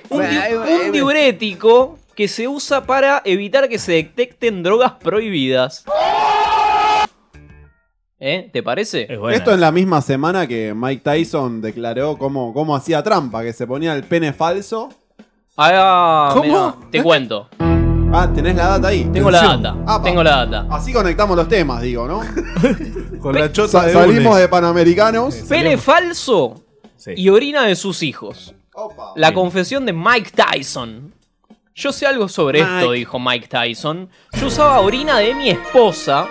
D: un, di- un diurético que se usa para evitar que se detecten drogas prohibidas. ¿Eh? ¿Te parece?
E: Esto en la misma semana que Mike Tyson declaró cómo, cómo hacía trampa, que se ponía el pene falso.
D: Ah, mirá,
E: ¿Cómo?
D: te cuento.
E: Ah, tenés la data ahí.
D: Tengo la data. Tengo la data.
E: Así conectamos los temas, digo, ¿no?
K: Con la
E: Sa-
K: chota de
E: salimos
K: Une.
E: de Panamericanos.
D: Pene falso y orina de sus hijos. La confesión de Mike Tyson. Yo sé algo sobre
E: Mike.
D: esto, dijo Mike Tyson. Yo usaba orina de mi esposa.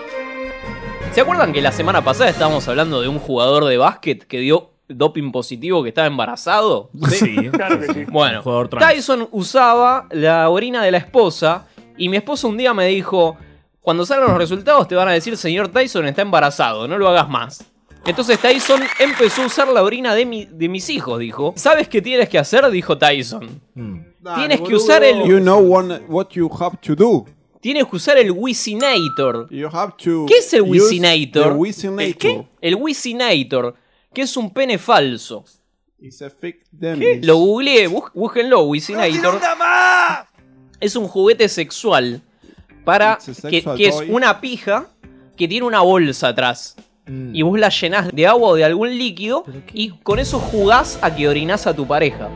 D: ¿Se acuerdan que la semana pasada estábamos hablando de un jugador de básquet que dio doping positivo que estaba embarazado?
A: Sí,
D: claro que sí. Bueno,
A: Jugador trans.
D: Tyson usaba la orina de la esposa y mi esposa un día me dijo, cuando salgan los resultados te van a decir, señor Tyson está embarazado, no lo hagas más. Entonces Tyson empezó a usar la orina de, mi- de mis hijos, dijo. ¿Sabes qué tienes que hacer? Dijo Tyson.
E: Mm.
D: Tienes que usar el...
E: You know one- what you have to do.
D: Tienes que usar el Wissinator.
E: You have to
D: ¿Qué es el
E: use
D: Wissinator?
E: the Wissinator.
D: ¿El qué? El Wissinator, que es un pene falso.
E: It's a fake them.
D: ¿Qué? Lo googleé, bú- búsquenlo, Wissinator. Es un juguete sexual para
E: It's a
D: que,
E: sexual
D: que es
E: toy.
D: una pija que tiene una bolsa atrás.
E: Mm.
D: Y vos la llenás de agua o de algún líquido y con eso jugás a que orinás a tu pareja.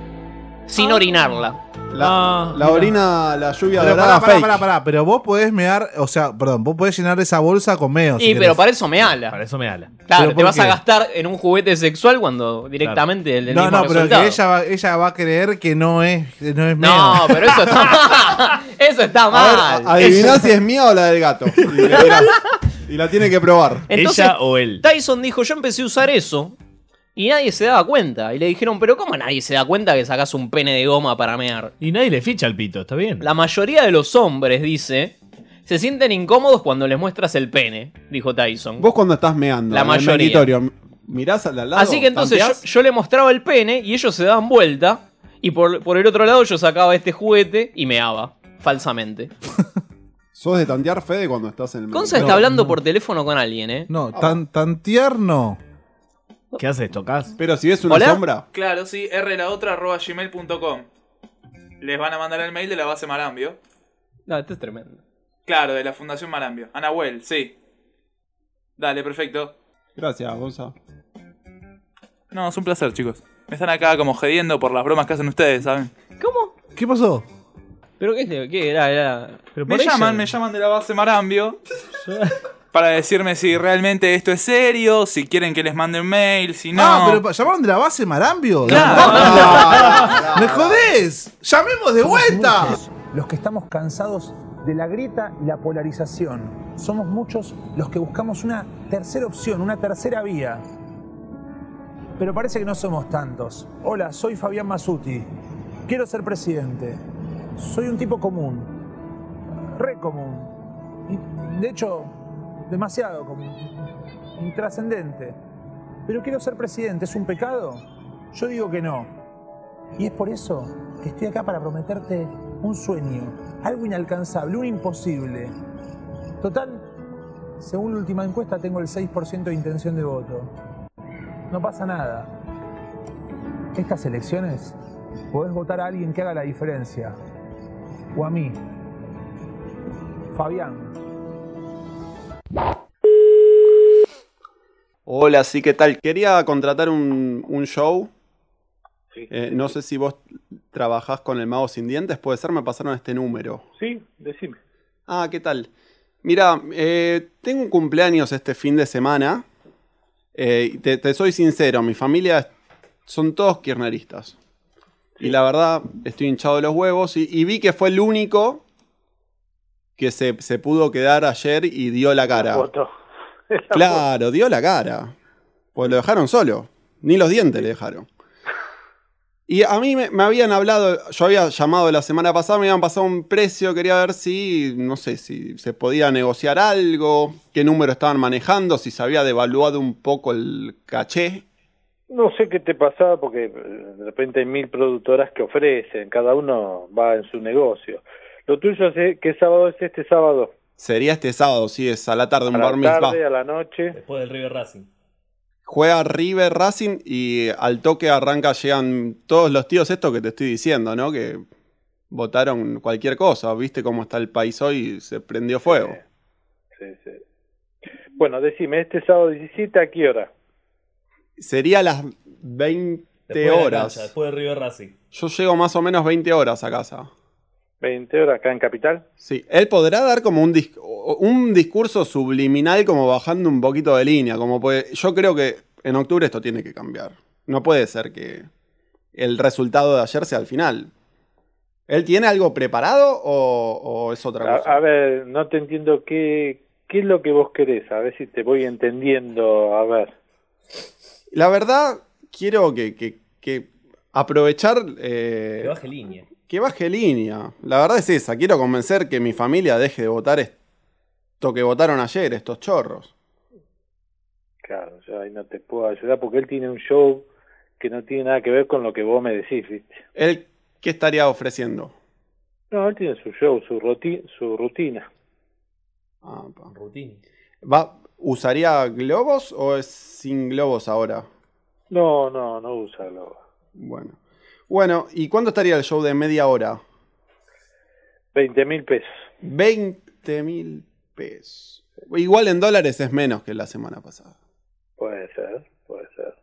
D: Sin
A: Ah.
D: orinarla.
E: La, la orina, la lluvia
K: Pero
E: dorada
K: pará, pará,
E: fake.
K: pará, pará, pero vos podés mear, o sea, perdón, vos podés llenar esa bolsa con meo.
D: y pero para eso me ala.
A: Para eso me ala.
K: ¿Pero
D: Claro, te
K: por
D: vas a
K: qué?
D: gastar en un juguete sexual cuando directamente el el
K: No,
D: mismo
K: no, pero
D: resultado.
K: que ella va, ella va a creer que no es, que no es meo.
D: No, pero eso está mal. Eso está mal.
E: Adiviná
D: Eso-
E: si es mía o la del gato. Y, le dirás. Y la tiene que probar.
D: Entonces,
A: o él.
D: Tyson dijo, yo empecé a usar eso y nadie se daba cuenta. Y le dijeron, pero ¿cómo nadie se da cuenta que sacas un pene de goma para mear?
A: Y nadie le ficha al pito, está bien.
D: La mayoría de los hombres, dice, se sienten incómodos cuando les muestras el pene, dijo Tyson.
E: Vos cuando estás meando,
D: La
E: en el
D: mayoría.
E: meritorio, mirás al de al lado.
D: Así que entonces yo,
E: tanteás,
D: yo le mostraba el pene y ellos se daban vuelta. Y por, por el otro lado yo sacaba este juguete y meaba, falsamente.
E: Sos de tantear Fede cuando estás en el
D: Gonza está hablando por teléfono con alguien, ¿eh?
K: No, tan, tan tierno.
A: ¿Qué haces? ¿Tocas?
E: Pero si ves una
D: ¿Hola?
E: sombra.
L: Claro, sí, r la otra arroba gmail.com. Les van a mandar el mail de la base Marambio.
D: No, esto este es tremendo.
L: Claro, de la Fundación Marambio. Anahuel, sí. Dale, perfecto.
E: Gracias, Gonza.
L: No, es un placer, chicos. Me están acá como jediendo por las bromas que hacen ustedes, ¿saben?
K: ¿Qué pasó?
D: ¿Pero qué, es de- qué era? era...
L: Me llaman, me llaman de la base Marambio. para decirme si realmente esto es serio, si quieren que les mande un mail, si no.
K: Ah, pero pa- llamaron de la base Marambio.
L: Claro.
K: Ah, ¡Me jodés! ¡Llamemos de vuelta!
Y: los que estamos cansados de la grieta y la polarización. Somos muchos los que buscamos una tercera opción, una tercera vía. Pero parece que no somos tantos. Hola, soy Fabián Masuti. Quiero ser presidente. Soy un tipo común. Re común. Y, de hecho, demasiado común. Intrascendente. Pero quiero ser presidente. ¿Es un pecado? Yo digo que no. Y es por eso que estoy acá para prometerte un sueño, algo inalcanzable, un imposible. Total, según la última encuesta tengo el 6% de intención de voto. No pasa nada. Estas elecciones podés votar a alguien que haga la diferencia. O a mí. Fabián.
C: Hola, sí, ¿qué tal? Quería contratar un, un show. Eh, no sé si vos trabajás con el mago sin dientes, puede ser, me pasaron este número.
M: Sí, decime.
C: Ah, ¿qué tal? Mira, eh, tengo un cumpleaños este fin de semana. Eh, y te, te soy sincero, mi familia es- son todos kirchneristas. Y la verdad, estoy hinchado de los huevos. Y, y vi que fue el único que se, se pudo quedar ayer y dio la cara.
M: Foto. pues.
C: Claro, dio la cara. Pues lo dejaron solo. Ni los dientes le dejaron. Y a mí me, me habían hablado, yo había llamado la semana pasada, me habían pasado un precio, quería ver si, no sé, si se podía negociar algo, qué número estaban manejando, si se había devaluado un poco el caché.
M: No sé qué te pasaba porque eh, de repente hay mil productoras que ofrecen, cada uno va en su negocio. Lo tuyo es qué sábado es este sábado.
C: Sería este sábado, sí, es a la tarde, un
M: a
C: bar
M: la
C: mitzvah.
M: tarde, a la noche.
A: Después del River Racing.
C: Juega River Racing y al toque arranca, llegan todos los tíos, esto que te estoy diciendo, ¿no? Que votaron cualquier cosa, viste cómo está el país hoy, se prendió fuego.
M: Sí, sí. Bueno, decime, este sábado 17, ¿a qué hora?
C: Sería a las 20
M: Después de la
C: horas.
M: cancha,
A: Después del River Racing.
C: Yo llego más o menos 20 horas a casa.
M: 20 horas acá en Capital.
C: Sí, él podrá dar como un, dis- o- un discurso subliminal, como bajando un poquito de línea. Como puede... Yo creo que en octubre esto tiene que cambiar. No puede ser que el resultado de ayer sea al final. ¿Él tiene algo preparado o, o es otra
M: A,
C: cosa?
M: a ver, no te entiendo qué, qué es lo que vos querés, a ver si te voy entendiendo, a ver.
C: La verdad, quiero que, que- que aprovechar. eh,
M: Que baje
A: línea.
C: Que baje línea. La verdad es esa. Quiero convencer que mi familia deje de votar esto que votaron ayer, estos chorros.
M: Claro, yo ahí no te puedo ayudar porque él tiene un show que no tiene nada que ver con lo que vos me decís, ¿viste?
C: ¿Él qué estaría ofreciendo?
M: No, él tiene su show, su, roti su rutina.
C: Ah, pa.
A: Rutina.
C: ¿Va, ¿Usaría globos o es sin globos ahora?
M: No, no, no usa globo.
C: Bueno. Bueno, ¿y cuánto estaría el show de media hora?
M: 20 mil pesos.
C: 20 mil pesos. Igual en dólares es menos que la semana pasada.
M: Puede ser, puede ser.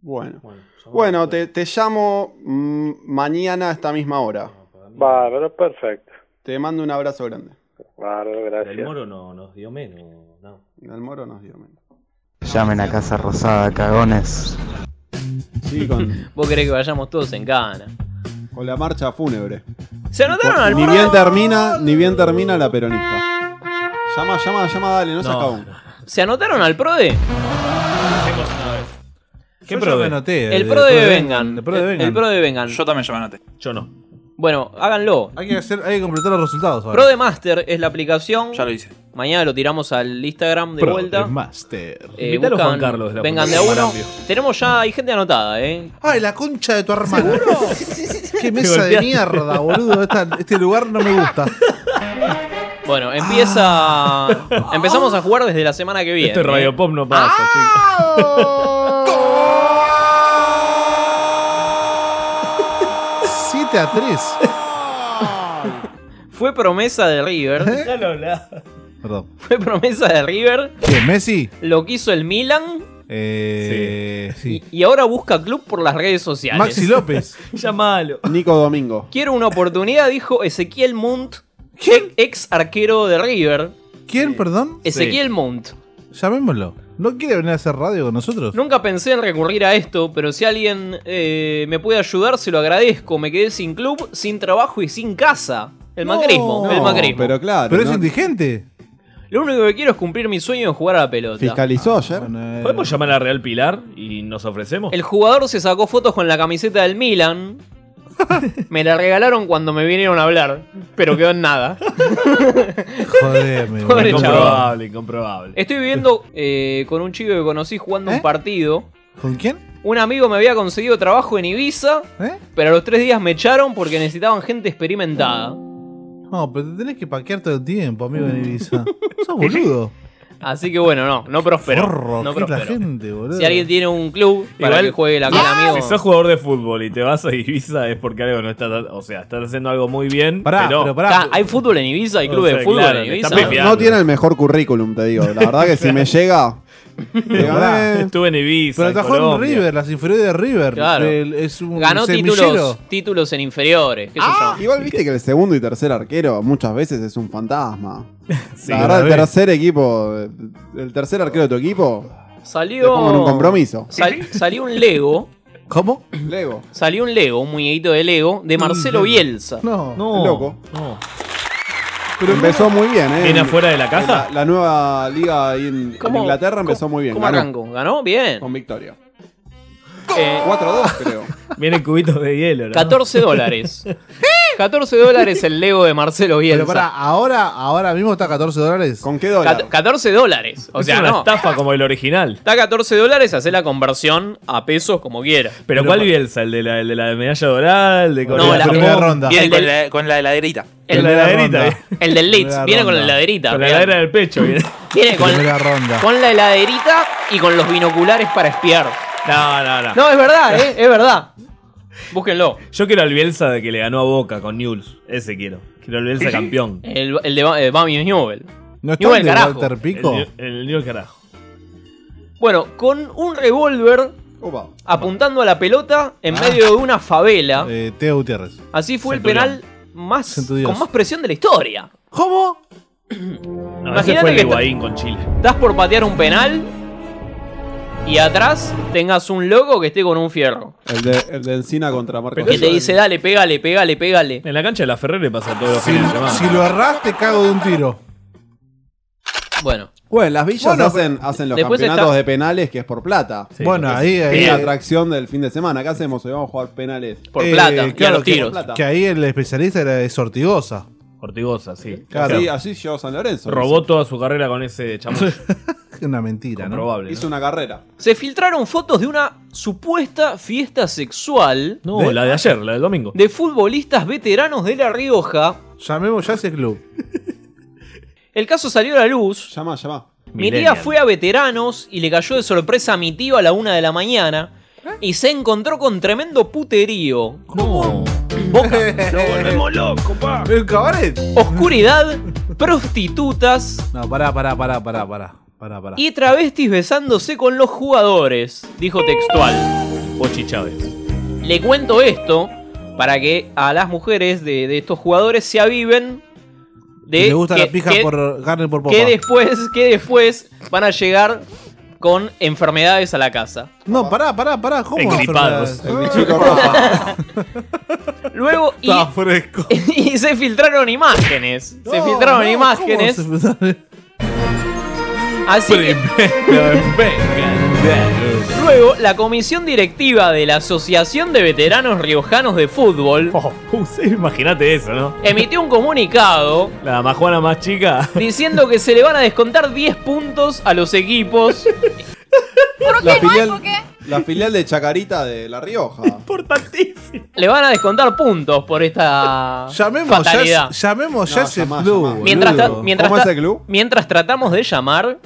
C: Bueno. Bueno, te, te llamo mm, mañana a esta misma hora.
M: Bárbaro, perfecto.
C: Te mando un abrazo grande.
M: Bárbaro, gracias.
A: El moro no nos dio menos. No.
C: El moro nos dio menos.
N: Llamen a Casa Rosada, cagones.
D: Vos querés que vayamos todos en cana.
E: Con la marcha fúnebre.
D: Se anotaron al
E: Ni
D: pro-
E: bien termina, ni bien termina la peronista. Llama, llama, llama, dale, no, se
D: No.
E: acabó.
D: ¿Se anotaron al PRODE?
E: ¿Qué Yo ya PRODE? me anoté,
D: el
E: de-
D: PRODE
E: de-
D: de Vengan.
E: de PRODE
D: El-
E: Vengan.
D: El PRODE Vengan.
L: Yo también ya me anoté.
A: Yo no.
D: Bueno, háganlo.
K: Hay que, hacer, hay que completar los resultados ahora.
D: PRODE Master es la aplicación. Ya
L: lo hice.
D: Mañana lo tiramos al Instagram de vuelta.
K: Master.
D: Eh, buscan- Vengan de a uno. Tenemos ya, hay gente anotada, ¿eh?
K: Ay, la concha de tu hermana. Qué mesa de
D: golpeaste.
K: mierda, boludo. Esta- este lugar no me gusta.
D: Bueno, empieza. Empezamos a jugar desde la semana que viene. Ah.
A: Este Radio Pop no pasa,
D: chicos.
K: 7 a 3.
D: Fue promesa de River.
A: Ya lo hablaba.
K: ¿Eh? Perdón.
D: Fue promesa de River.
K: ¿Qué, Messi?
D: Lo quiso el Milan.
K: Eh, sí.
D: Y ahora busca club por las redes sociales.
K: Maxi López.
D: Llámalo.
E: Nico Domingo.
D: Quiero una oportunidad, dijo Ezequiel Munt, ex arquero de River.
K: ¿Quién, perdón?
D: Ezequiel Mount.
K: Llamémoslo. ¿No quiere venir a hacer radio con nosotros?
D: Nunca pensé en recurrir a esto, pero si alguien eh, me puede ayudar, se lo agradezco. Me quedé sin club, sin trabajo y sin casa. El macrismo, el macrismo.
E: Pero claro.
K: Pero es
E: ¿no?
K: indigente.
D: Lo único que quiero es cumplir mi sueño de jugar a la pelota.
E: Fiscalizó ayer.
K: eh.
A: ¿Podemos llamar a Real Pilar y nos ofrecemos?
D: El jugador se sacó fotos con la camiseta del Milan. Me la regalaron cuando me vinieron a hablar, pero quedó en nada.
K: Jodeme.
D: Pobre chaval.
A: Incomprobable, incomprobable.
D: Estoy viviendo eh, con un chico que conocí jugando un partido.
K: ¿Eh? ¿Con quién? ¿Eh?
D: Un amigo me había conseguido trabajo en Ibiza, pero a los tres días me echaron porque necesitaban gente experimentada.
K: No, pero te tenés que paquear todo el tiempo, amigo de Ibiza. Sos boludo.
D: Así que bueno, no, no prosperó.
K: Forro,
D: no
K: ¿qué es la
D: prosperó.
K: gente, boludo?
D: Si alguien tiene un club para
A: Igual-
D: que juegue la con
A: Si
D: amigo.
A: sos jugador de fútbol y te vas a Ibiza es porque algo no está. O sea, estás haciendo algo muy bien.
K: Pará,
A: pero,
K: pero
D: Ah, hay fútbol en Ibiza, hay
A: O
D: clubes
A: sea,
D: de fútbol
A: claro,
D: en
A: te
D: Ibiza.
A: estás
E: No tiene el mejor currículum, te digo. La verdad que si me llega.
A: Estuve en Ibiza.
K: Pero
A: en
K: atajó en
A: Colombia.
K: River, las inferiores de River.
D: Claro.
K: El- es un
D: Ganó
K: semillero.
D: títulos, títulos en inferiores. ¿qué sé yo.
E: Ah, Igual viste que el segundo y tercer arquero muchas veces es un fantasma.
A: Sí,
E: la
A: cada
E: verdad, el
A: vez.
E: tercer equipo, el tercer arquero de tu equipo, te
D: Salió.
E: pongo en un compromiso.
D: sal- salió un Lego.
K: ¿Cómo? Mm.
E: Lego.
D: Salió un Lego, un muñequito de Lego, de Marcelo Bielsa.
K: No,
A: No.
E: loco.
A: No.
E: Pero empezó muy bien, ¿eh?
A: ¿Viene afuera de la caja?
E: La, la nueva liga ahí en, en
D: ¿Cómo-
E: Inglaterra empezó muy bien.
D: ¿Cómo
E: ganó.
D: arrancó? ¿Ganó? Bien.
E: Con victoria.
D: Eh,
E: 4-2, creo.
A: Viene cubitos de hielo. ¿no?
D: 14 dólares. 14 dólares el Lego de Marcelo Bielsa.
K: Pero pará, ahora, ahora mismo está a 14 dólares.
E: ¿Con qué
D: Cat- 14 dólares. O
A: es
D: sea,
A: una
D: no.
A: estafa como el original.
D: Está a 14 dólares, hace la conversión a pesos como quiera.
A: Pero, ¿cuál Bielsa? ¿El de la, el de la medalla dorada? ¿El de
D: No,
A: Corea
D: la
A: del
D: primera
A: Sur?
K: ronda.
L: Viene
D: El
L: con,
D: del-
L: la, con la heladerita.
A: El de la heladerita.
D: El del Leeds,
K: Primera
D: viene con la
K: ronda.
D: heladerita.
A: Con la
D: viene-
A: heladera del pecho. viene.
D: Viene con,
K: Primera ronda.
D: con la heladerita y con los binoculares para espiar.
A: No, no, no.
D: No, es verdad, ¿eh? es verdad. Búsquenlo.
A: Yo quiero al Bielsa de que le ganó a Boca con News. Ese quiero. Quiero al Bielsa campeón.
D: El, el de Ba- eh, Bami es Newell.
K: ¿No está
D: Newell,
K: el de
D: carajo.
K: Walter Pico?
A: El, el News carajo.
D: Bueno, con un revólver
E: Opa.
D: apuntando a la pelota en medio de una favela.
K: Ah. Eh, Teo Gutiérrez.
D: Así fue
A: Centurión.
D: el penal más
K: Centurión.
D: con más presión de la historia.
K: ¿Cómo?
A: No, ese
D: Imagínate
A: fue el
D: que
A: de Higuaín con Chile.
D: Estás por patear un penal y atrás tengas un loco que esté con un fierro.
E: El de, el de Encina contra Marcos.
D: Que te dice, dale, pégale, pégale, pégale.
A: En la cancha de la Ferrer le pasa todos los
K: Si,
A: fines de semana.
K: si lo erras, te cago de un tiro.
D: Bueno,
E: Bueno, las villas
K: Bueno,
E: hacen, hacen los
D: después
E: campeonatos
D: está-
E: de penales que es por plata.
A: Sí,
K: bueno,
A: porque
K: ahí, ahí.
E: Es la
K: eh,
E: atracción del fin de semana. ¿Qué hacemos? Hoy vamos a jugar penales.
D: por
K: eh,
D: plata, y a
K: claro,
D: los
K: que-
D: tiros.
E: Plata.
K: Que ahí el especialista era de Sortigosa.
A: Ortigosa, sí.
K: Claro.
E: Así, así llegó San Lorenzo.
A: Robó toda su carrera con ese chamuyo.
K: Una mentira, ¿no?
A: Probable.
E: Hizo una carrera.
D: Se filtraron fotos de una supuesta fiesta sexual
A: No, la de ayer, la del domingo.
D: de futbolistas veteranos de La Rioja.
K: Llamemos ya a ese club.
D: El caso salió a la luz.
E: Llama, llama.
D: Mi tía
A: Millennial.
D: fue a veteranos y le cayó de sorpresa a mi tío a la una de la mañana. Y se encontró con tremendo puterío.
A: No.
K: ¿El cabaret?
D: Oscuridad, prostitutas
K: No, pará, pará, pará, pará, pará. Pará, pará.
D: y travestis besándose con los jugadores, dijo textual.
A: Pochi Chávez.
D: Le cuento esto para que a las mujeres de, de estos jugadores se aviven de
K: Me gusta
D: que,
K: la pija
D: que-
K: por carne por popa.
D: que después que después van a llegar con enfermedades a la casa.
K: No, pará, pará, pará. ¿Cómo?
A: Engripados.
K: Ah,
E: Chico Rafa.
D: Luego y,
K: Está fresco.
D: y se filtraron imágenes, se
K: No,
D: filtraron
K: no, ¿cómo
D: imágenes,
K: se filtraron?
D: así que luego la comisión directiva de la Asociación de Veteranos Riojanos de Fútbol
A: Oh, sí, Imagínate eso, ¿no?
D: emitió un comunicado
A: La majuana más chica.
D: diciendo que se le van a descontar 10 puntos a los equipos.
E: La filial, la filial de Chacarita de La Rioja.
A: Importantísimo.
D: Le van a descontar puntos por esta
K: Llamemos ya,
D: fatalidad.
K: llamemos ya
E: No,
K: ese
E: llamá,
K: club.
E: llamá.
K: boludo.
D: Mientras, ta- mientras
E: ¿Cómo es
D: ta-
E: el club?
D: mientras tratamos de llamar,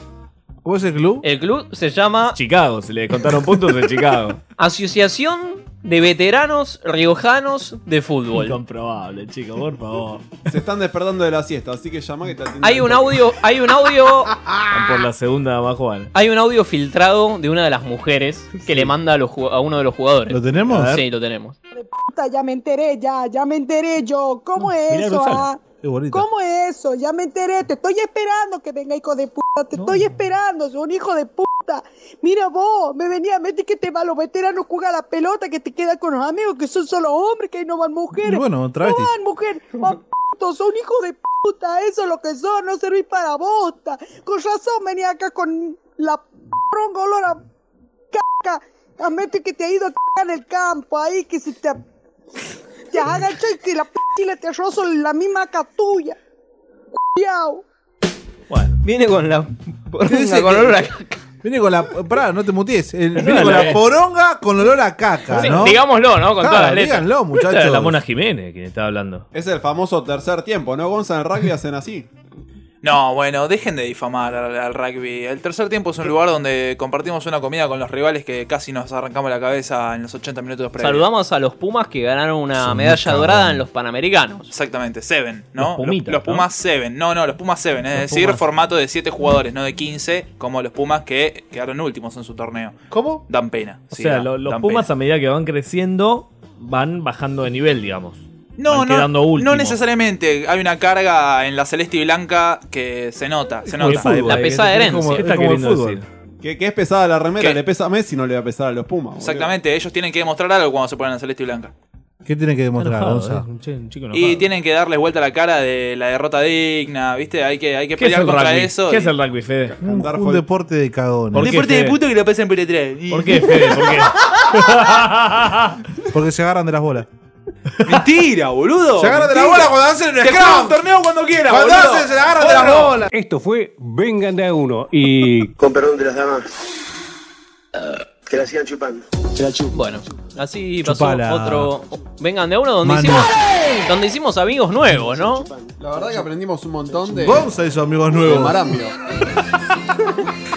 K: ¿Cómo es el club?
D: el club se llama
A: Chicago, se le contaron puntos de Chicago.
D: Asociación de Veteranos Riojanos de Fútbol.
A: Incomprobable, chico, por favor.
E: Se están despertando de la siesta, así que llama que te atiendan.
D: Hay un audio, hay un audio,
A: Van por la segunda majuana.
D: hay un audio filtrado de una de las mujeres que le manda a, los ju- a uno de los
K: ¿Lo
D: jugadores.
K: tenemos?
D: Sí, lo tenemos.
P: Puta, ya me enteré, ya, ya me enteré yo. ¿Cómo es
A: Milagro
P: eso?
A: Sala.
P: ah?
K: Qué bonito.
P: ¿Cómo es eso? Ya me enteré, te estoy esperando que venga hijo de puta, te estoy esperando, soy un hijo de puta. Mira vos, me venía a meter que te va, los veteranos juega la pelota, que te queda con los amigos, que son solo hombres, que ahí no van mujeres.
K: Y bueno,
P: no
K: travestis.
P: van mujeres, van putos, son hijo de puta, eso es lo que son, no servís para bosta. Con razón venía acá con la pronga olor a caca, a meter que te ha ido a cagar en el campo, ahí que se te... Te agacho y que la p*** te rozo la misma catuya. Cuidado.
D: Viene con la
K: Te dice
D: con
K: que-
D: olor a
K: Viene con la. Pará, no te mutees. El-
A: No,
K: Viene con
A: la
K: la
A: vez.
K: poronga con olor a caca,
A: Sí,
K: Ah, ¿no?
A: Digámoslo, ¿no? Con
K: Claro,
A: todas las letras.
K: Díganlo,
A: Esta es
K: muchachos.
A: la Mona Jiménez quien está hablando.
E: Es el famoso tercer tiempo, ¿no? Gonza, en rugby hacen así.
L: No, bueno, dejen de difamar al, al rugby. El tercer tiempo es un lugar donde compartimos una comida con los rivales que casi nos arrancamos la cabeza en los 80 minutos previos.
D: Saludamos a los Pumas que ganaron una
L: Son
D: medalla
L: muy
D: dorada
L: cabrón.
D: en los Panamericanos.
L: Exactamente, Seven, ¿no?
D: Los Pumitas,
L: los, los
D: ¿no?
L: Pumas Seven. No, no, los Pumas Seven. Es
D: Los
L: decir,
D: Pumas.
L: formato de 7 jugadores, no de 15, como los Pumas que quedaron últimos en su torneo.
K: ¿Cómo?
L: Dan pena.
A: O
L: sí,
A: sea,
L: dan-
A: lo- los
L: dan
A: Pumas a medida que van creciendo, van bajando de nivel, digamos.
L: No,
A: Van
L: no,
A: quedando últimos.
L: no necesariamente. Hay una carga en la celeste y blanca que se nota. Se
A: como
L: nota.
A: el fútbol, La eh, pesada es herencia. como- ¿Qué es está como el queriendo fútbol.
E: Que, que es pesada la remera, le pesa a Messi, no le va a pesar a los
A: Ah,
E: Pumas. boludo.
L: Exactamente. Ellos tienen que demostrar algo cuando se ponen en la celeste y blanca.
K: ¿Qué tiene que demostrar,
A: Enojado,
K: Gonza?
A: eh, un che- un chico enojado.
L: Y tienen que darles vuelta la cara de la derrota digna, ¿viste? Hay que, hay que
A: ¿Qué es
L: pelear
A: el
L: contra
A: rugby?
L: eso.
A: ¿Qué
L: y-
A: es el rugby, Fede?
K: Un, un deporte de cagones.
L: Un deporte de puto que lo pasan por atrás.
A: ¿Por qué, Fede? ¿Por qué?
K: Porque se agarran de las bolas.
L: Mentira, boludo.
K: Se agarran de las bolas
L: Mentira.
K: cuando hacen el
L: Te
K: scrum.
L: juegan un torneo cuando quieras,
K: Cuando
L: boludo.
K: hacen, se la agarran de
L: Bueno.
K: las bolas.
G: Esto fue Vengan de a uno y.
O: Con perdón de las damas. Que la sigan chupando.
D: Bueno, así pasó
G: Chupala.
D: otro. Vengan de a uno donde
K: Mano.
D: hicimos, donde hicimos amigos nuevos, ¿no?
E: La verdad que aprendimos un montón de.
K: Gonza hizo amigos
E: de
K: nuevos.
E: Marambio.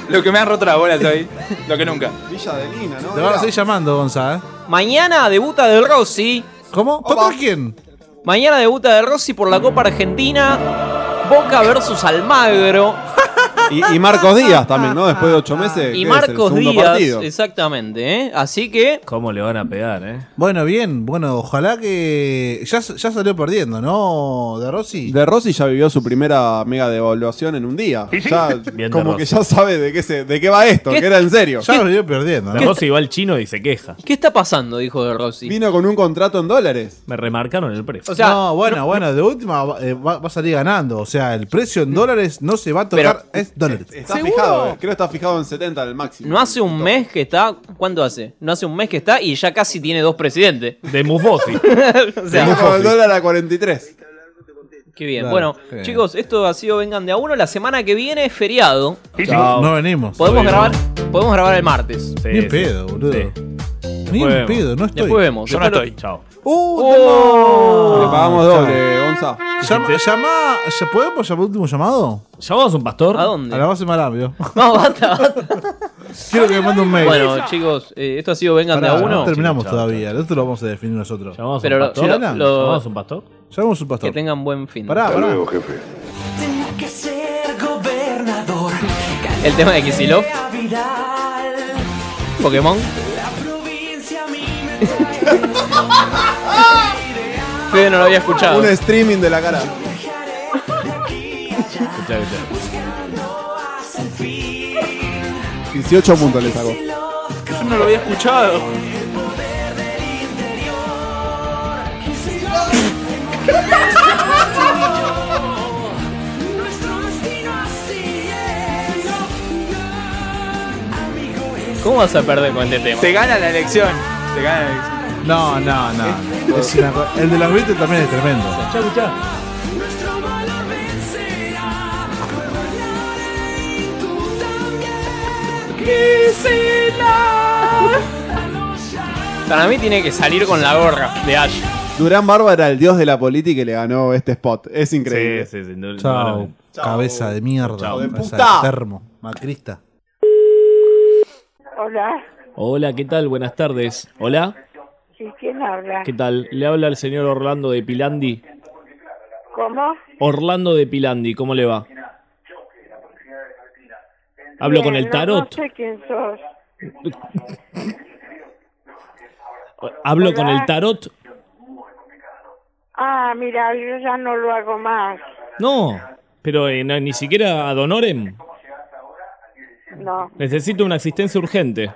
L: Lo que me han roto las bolas hoy. Lo que nunca.
E: Villa de Lina, ¿no?
K: Te van a seguir llamando, Gonza, ¿eh?
D: Mañana debuta del Rossi.
K: ¿Cómo? ¿Contra quién?
D: Mañana debuta del Rossi por la Copa Argentina. Boca versus Almagro.
E: Y, y Marcos Díaz también, ¿no? Después de ocho meses. ¿qué es?
D: Y
E: El
D: Marcos
E: segundo
D: Díaz.
E: partido.
D: Exactamente, ¿eh? Así que.
A: ¿Cómo le van a pegar, eh?
K: Bueno, bien, bueno, ojalá que. Ya, ya salió perdiendo, ¿no? De Rossi.
E: De Rossi ya vivió su primera mega devaluación en un día. Ya,
A: Bien, De
E: como
A: Rossi.
E: que ya sabe de qué, se, de qué va esto,
D: ¿Qué-
E: que era en serio.
D: Ya lo
K: vivió perdiendo,
A: La Rossi va al chino y se queja.
D: ¿Qué está pasando? Dijo de Rossi.
E: Vino con un contrato en dólares.
A: Me remarcaron el precio.
D: O sea,
K: no, bueno, bueno, de última va- eh, va, va a salir ganando. O sea, el precio
D: Mm.
K: en dólares no se va a tocar, es dólares.
E: Está fijado, eh. creo que está fijado en 70 el máximo.
D: No hace un mes que está. ¿Cuánto hace? No hace un mes que está y ya casi tiene dos presidentes.
A: De Mufosi.
D: o sea,
E: Vino con el dólar a 43.
D: Qué bien.
E: Claro,
D: bueno,
E: qué bien.
D: chicos, esto ha sido Vengan de a uno. La semana que viene es feriado.
K: Chao. No venimos.
D: Podemos
K: No
D: grabar,
K: venimos.
D: podemos grabar el martes.
K: Ni en pedo, boludo. Ni en
A: vemos.
K: pedo, no estoy.
D: eh, Después vemos.
A: Yo no
D: Después lo- Oh.
A: estoy. Chao.
K: ¡Uh!
E: Le pagamos doble, Gonza.
K: Llama, llama- ¿ya ¿Podemos llamar último llamado?
A: ¿Llamamos a un pastor?
D: ¿A dónde?
K: A la base Marambio.
D: No, basta, basta.
K: Quiero que me mande un mail.
D: Bueno, chicos, eh, esto ha sido Vengan de
K: Pará,
D: a uno.
K: No terminamos
D: Chao,
K: todavía. Esto lo vamos a definir nosotros.
D: a un Pero lo- pastor? lo-
K: ¿Hablan?
D: lo-
A: un pastor?
K: Llamamos un
D: Que
K: pastor.
D: tengan buen fin.
K: Pará, pará.
U: Tengo que ser gobernador.
D: El tema de Kicillof. Pokémon. Fede no lo había escuchado.
E: Un streaming de la cara.
A: Escuchá, escuchá.
E: 18 puntos le sacó.
L: Yo no lo había escuchado.
D: ¿Cómo vas a perder con este tema?
L: Te gana la elección. Te gana la elección.
K: No, no, no. Es una co- el de los Beatles también es tremendo.
D: Para mí tiene que salir con la gorra de Ash.
E: Durán Bárbara, el dios de la política, y le ganó este spot. Es increíble.
A: Sí, sí, sí. no-
K: Chao,
A: no-
K: cabeza de mierda.
A: Chao, de
K: cabeza
A: puta.
K: Termo, macrista.
Z: Hola,
A: Hola, ¿qué tal? Buenas tardes. Hola,
Z: ¿sí quién habla?
A: ¿qué tal? Le habla el señor Orlando de Pilandi.
Z: ¿Cómo?
A: Orlando de Pilandi, ¿cómo le va? Hablo con el
Z: Bien, no-
A: tarot.
Z: No sé quién sos.
A: Hablo
Z: Hola.
A: con el tarot.
Z: Ah, mira, yo ya no lo hago más.
A: No, pero eh, no- ni siquiera ad honorem.
Z: No,
A: Necesito una asistencia urgente.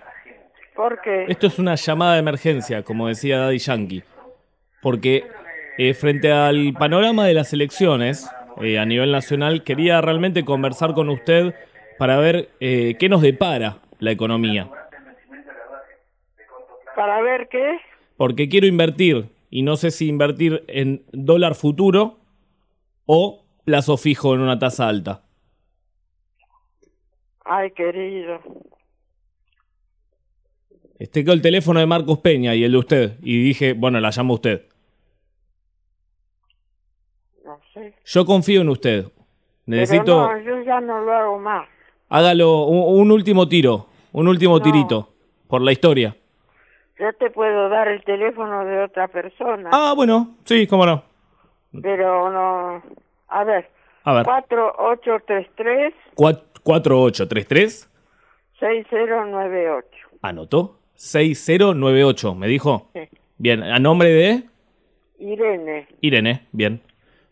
Z: porque
A: Esto es una llamada de emergencia, como decía Daddy Yankee. Porque eh, frente al panorama de las elecciones eh, a nivel nacional, quería realmente conversar con usted para ver eh, qué nos depara la economía.
Z: para ver qué,
A: Porque quiero invertir y no sé si invertir en dólar futuro o plazo fijo en una tasa alta.
Z: ay querido,
A: Este con el teléfono de Marcos Peña y el de usted y dije, bueno, la llamo a usted.
Z: no sé.
A: Yo confío en usted. Necesito...
Z: Pero no, yo ya no lo hago más.
A: Hágalo un, un último tiro, un último tirito por la historia.
Z: Yo te puedo dar el teléfono de otra persona.
A: Ah, bueno, sí, cómo no.
Z: Pero no. A ver.
A: A ver.
Z: 4833
A: Cua- 4833,
Z: 6098.
A: anotó. 6098, me dijo.
Z: Sí.
A: Bien, a nombre de
Z: Irene,
A: Irene, bien.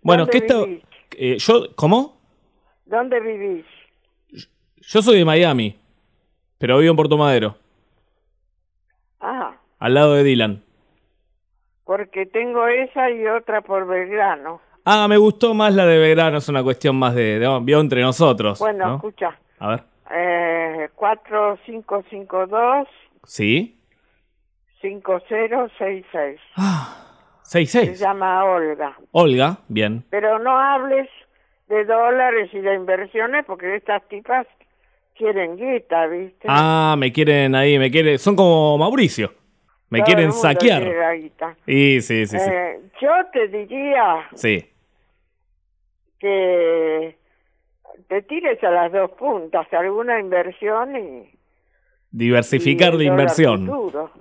A: Bueno,
Z: ¿Dónde
A: ¿qué está...?
Z: vivís?
A: eh, yo, ¿Cómo?
Z: ¿dónde vivís?
A: Yo soy de Miami, pero vivo en Puerto Madero,
Z: Ah,
A: al lado de Dylan.
Z: porque tengo esa y otra por Belgrano.
A: Ah, me gustó más la de verano, es una cuestión más de... de vio entre nosotros,
Z: Bueno,
A: ¿no?
Z: escucha.
A: A ver,
Z: Eh, 4552
A: ¿sí?
Z: 5066. Se
A: 66.
Z: llama Olga.
A: Olga, bien.
Z: Pero no hables de dólares y de inversiones porque estas tipas quieren guita, ¿viste?
A: Ah, me quieren ahí, me quieren. Son como Mauricio. Me
Z: Todo el
A: quieren
Z: mundo quiere
A: saquear.
Z: la guita.
A: Y sí, sí, sí.
Z: Eh, yo te diría
A: Sí.
Z: que te tires a las dos puntas, alguna inversión y...
A: Diversificar
Z: y
A: la
Z: el dólar
A: inversión.
Z: futuro.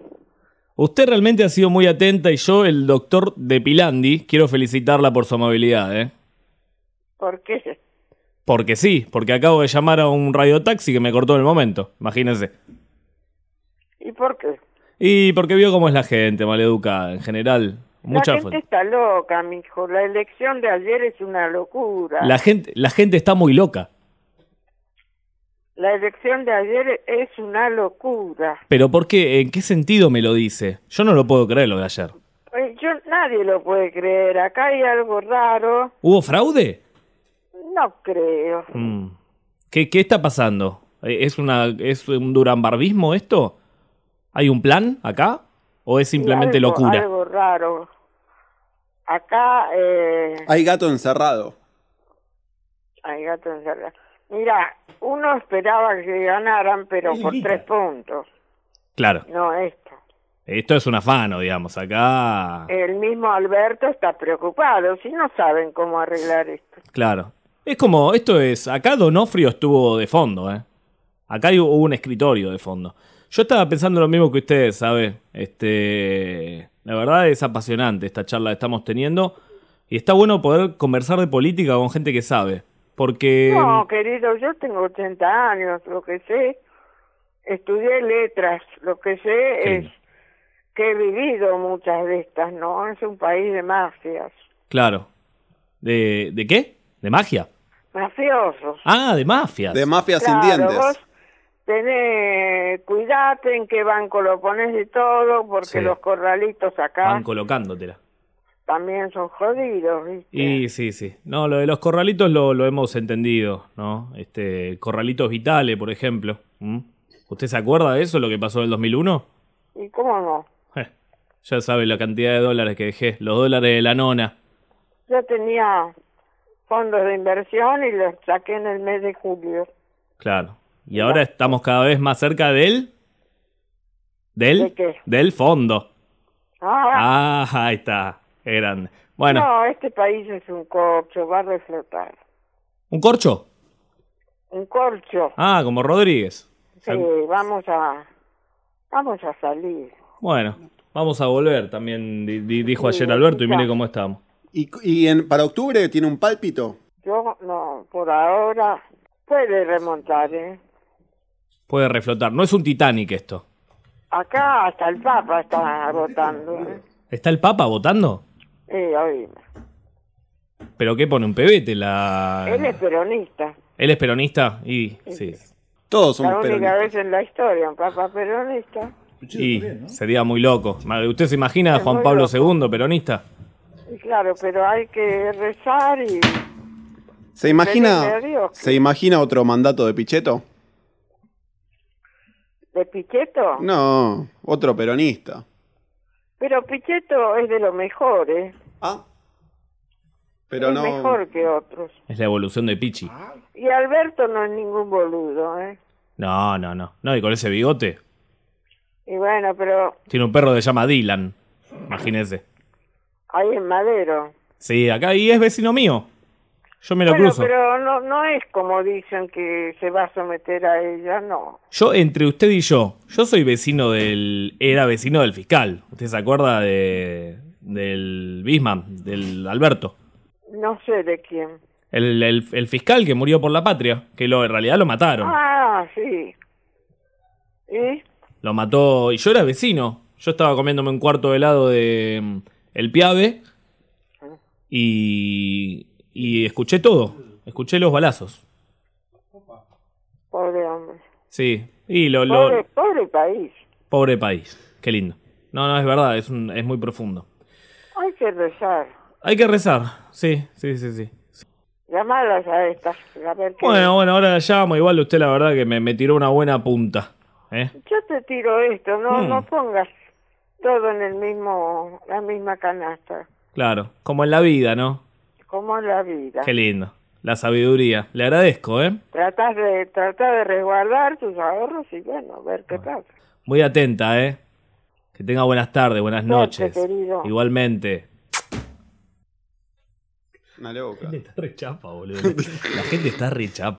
A: Usted realmente ha sido muy atenta y yo, el doctor de Pilandi, quiero felicitarla por su amabilidad, ¿eh?
Z: ¿Por qué?
A: Porque sí, porque acabo de llamar a un radiotaxi que me cortó en el momento, imagínense.
Z: ¿Y por qué?
A: Y porque vio cómo es la gente, maleducada, en general. Mucha
Z: la gente está loca, mijo. La elección de ayer es una locura.
A: la gente, la gente está muy loca.
Z: La elección de ayer es una locura.
A: Pero ¿por qué? ¿En qué sentido me lo dice? Yo no lo puedo creer lo de ayer.
Z: Eh, Yo nadie lo puede creer. Acá hay algo raro.
A: ¿Hubo fraude?
Z: No creo.
A: Mm. ¿Qué, qué está pasando? Eh, ¿Es, una, ¿Es un duranbarbismo esto? ¿Hay un plan acá? ¿O es simplemente
Z: Algo-
A: locura?
Z: Algo raro. Acá eh,
E: Hay gato encerrado.
Z: hay gato encerrado. Mira, uno esperaba que ganaran, pero por tres puntos.
A: Claro,
Z: No esto.
A: esto es un afano, digamos.
E: Ah.
A: Acá,
Z: El mismo Alberto está preocupado. Si no saben cómo arreglar esto.
A: claro. Es como, esto es, acá Donofrio estuvo de fondo, ¿eh? Acá hay- hubo un escritorio de fondo. Yo estaba pensando lo mismo que ustedes, ¿sabe? Este, la verdad es apasionante esta charla que estamos teniendo. Y está bueno poder conversar de política con gente que sabe.
E: Eh,
A: Porque... mm,
Z: No, querido, yo tengo 80 años, lo que sé, estudié letras, lo que sé es que he vivido muchas de estas, ¿no? Es un país de mafias,
A: Claro. ¿De, de qué? ¿De magia?
Z: mafiosos.
A: Ah, de mafias.
E: De mafias
Z: claro,
E: sin dientes.
Z: vos tenés, cuidate en qué banco lo pones de todo, porque
A: Sí.
Z: los corralitos acá
A: Van colocándotela.
Z: también son jodidos, ¿viste?
A: Y sí, sí. No, lo de los corralitos lo, lo hemos entendido, ¿no? Este, corralitos vitales, por ejemplo. ¿Mm? ¿Usted se acuerda de eso, lo que pasó en el 2001?
Z: ¿Y cómo no?
A: Ya sabe la cantidad de dólares que dejé, los dólares de la nona.
Z: Yo tenía fondos de inversión y los saqué en el mes de julio.
A: Claro. Y ahora estamos cada vez más cerca del... ¿Del?
Z: ¿De qué?
A: Del fondo.
Z: Ah,
A: Ah, ahí está. Qué grande. Bueno,
Z: No, este país es un corcho, va a reflotar.
A: ¿un corcho?
Z: Un corcho.
A: Ah, como Rodríguez.
Z: Sí, vamos a vamos a salir.
A: Bueno, vamos a volver también, di- di- dijo ayer Alberto, y mire cómo estamos.
E: ¿Y, y en- para octubre tiene un pálpito?
Z: Yo no, por ahora puede remontar, ¿eh?
A: Puede reflotar. No es un Titanic esto.
Z: Acá hasta el Papa está votando. ¿eh?
A: ¿Está el Papa votando?
Z: Eh, oíme.
A: ¿Pero qué pone un pebete? La...
Z: Él es peronista.
A: Él es peronista y. Sí.
E: Todos
Z: La única vez en la historia, un papá peronista.
A: Y sería muy loco. Ma- ¿Usted se imagina a Juan Pablo II peronista?
Z: Y claro, pero hay que rezar y.
E: ¿Se imagina,
Z: pedirle a Dios que-
E: ¿Se imagina otro mandato de Pichetto?
Z: ¿De Pichetto?
E: No, otro peronista.
Z: Pero Pichetto es de lo mejor, ¿eh?
E: Ah. Pero
Z: es
E: no-
Z: mejor que otros.
A: Es la evolución de Pichi.
Z: Y Alberto no es ningún boludo, ¿eh?
A: No, no, no. No, y con ese bigote.
Z: Y bueno, pero
A: Tiene un perro que se llama Dylan. Imagínese.
Z: ahí en Madero.
A: Sí, acá y es vecino mío. Yo me lo
Z: bueno,
A: cruzo.
Z: pero no, no es como dicen que se va a someter a ella, no.
A: Yo, entre usted y yo, yo soy vecino del. Era vecino del fiscal. ¿Usted se acuerda de. del Bisman, del Alberto?
Z: No sé de quién.
A: El, el- el fiscal que murió por la patria, que lo, en realidad lo mataron.
Z: Ah, sí. ¿Y?
A: Lo mató. Y yo era vecino. Yo estaba comiéndome un cuarto de helado de. mm, El Piave. Y. Y escuché todo. Escuché los balazos.
Z: Pobre hombre.
A: Sí. Y lo. lo-
Z: Pobre, pobre país.
A: pobre país. Qué lindo. No, no, es verdad. Es, un- es muy profundo.
Z: Hay que rezar.
A: Hay que rezar. Sí, sí, sí, sí.
Z: Llamalas a estas. A ver qué.
A: Bueno, bueno, ahora la llamo. Igual usted, la verdad, que me, me tiró una buena punta. ¿eh?
Z: Yo te tiro esto, no,
A: Mm.
Z: no pongas todo en el mismo, la misma canasta,
A: Claro. Como en la vida, ¿no?
Z: como en la vida.
A: Qué lindo. La sabiduría. Le agradezco, ¿eh?
Z: Tratás de, tratá de resguardar tus ahorros y bueno, ver qué pasa.
A: Muy atenta, ¿eh? Que tenga buenas tardes, buenas
Z: Suerte,
A: noches.
Z: querido.
A: Igualmente.
E: Una loca.
A: Está re chapa, boludo. La gente está re chapa.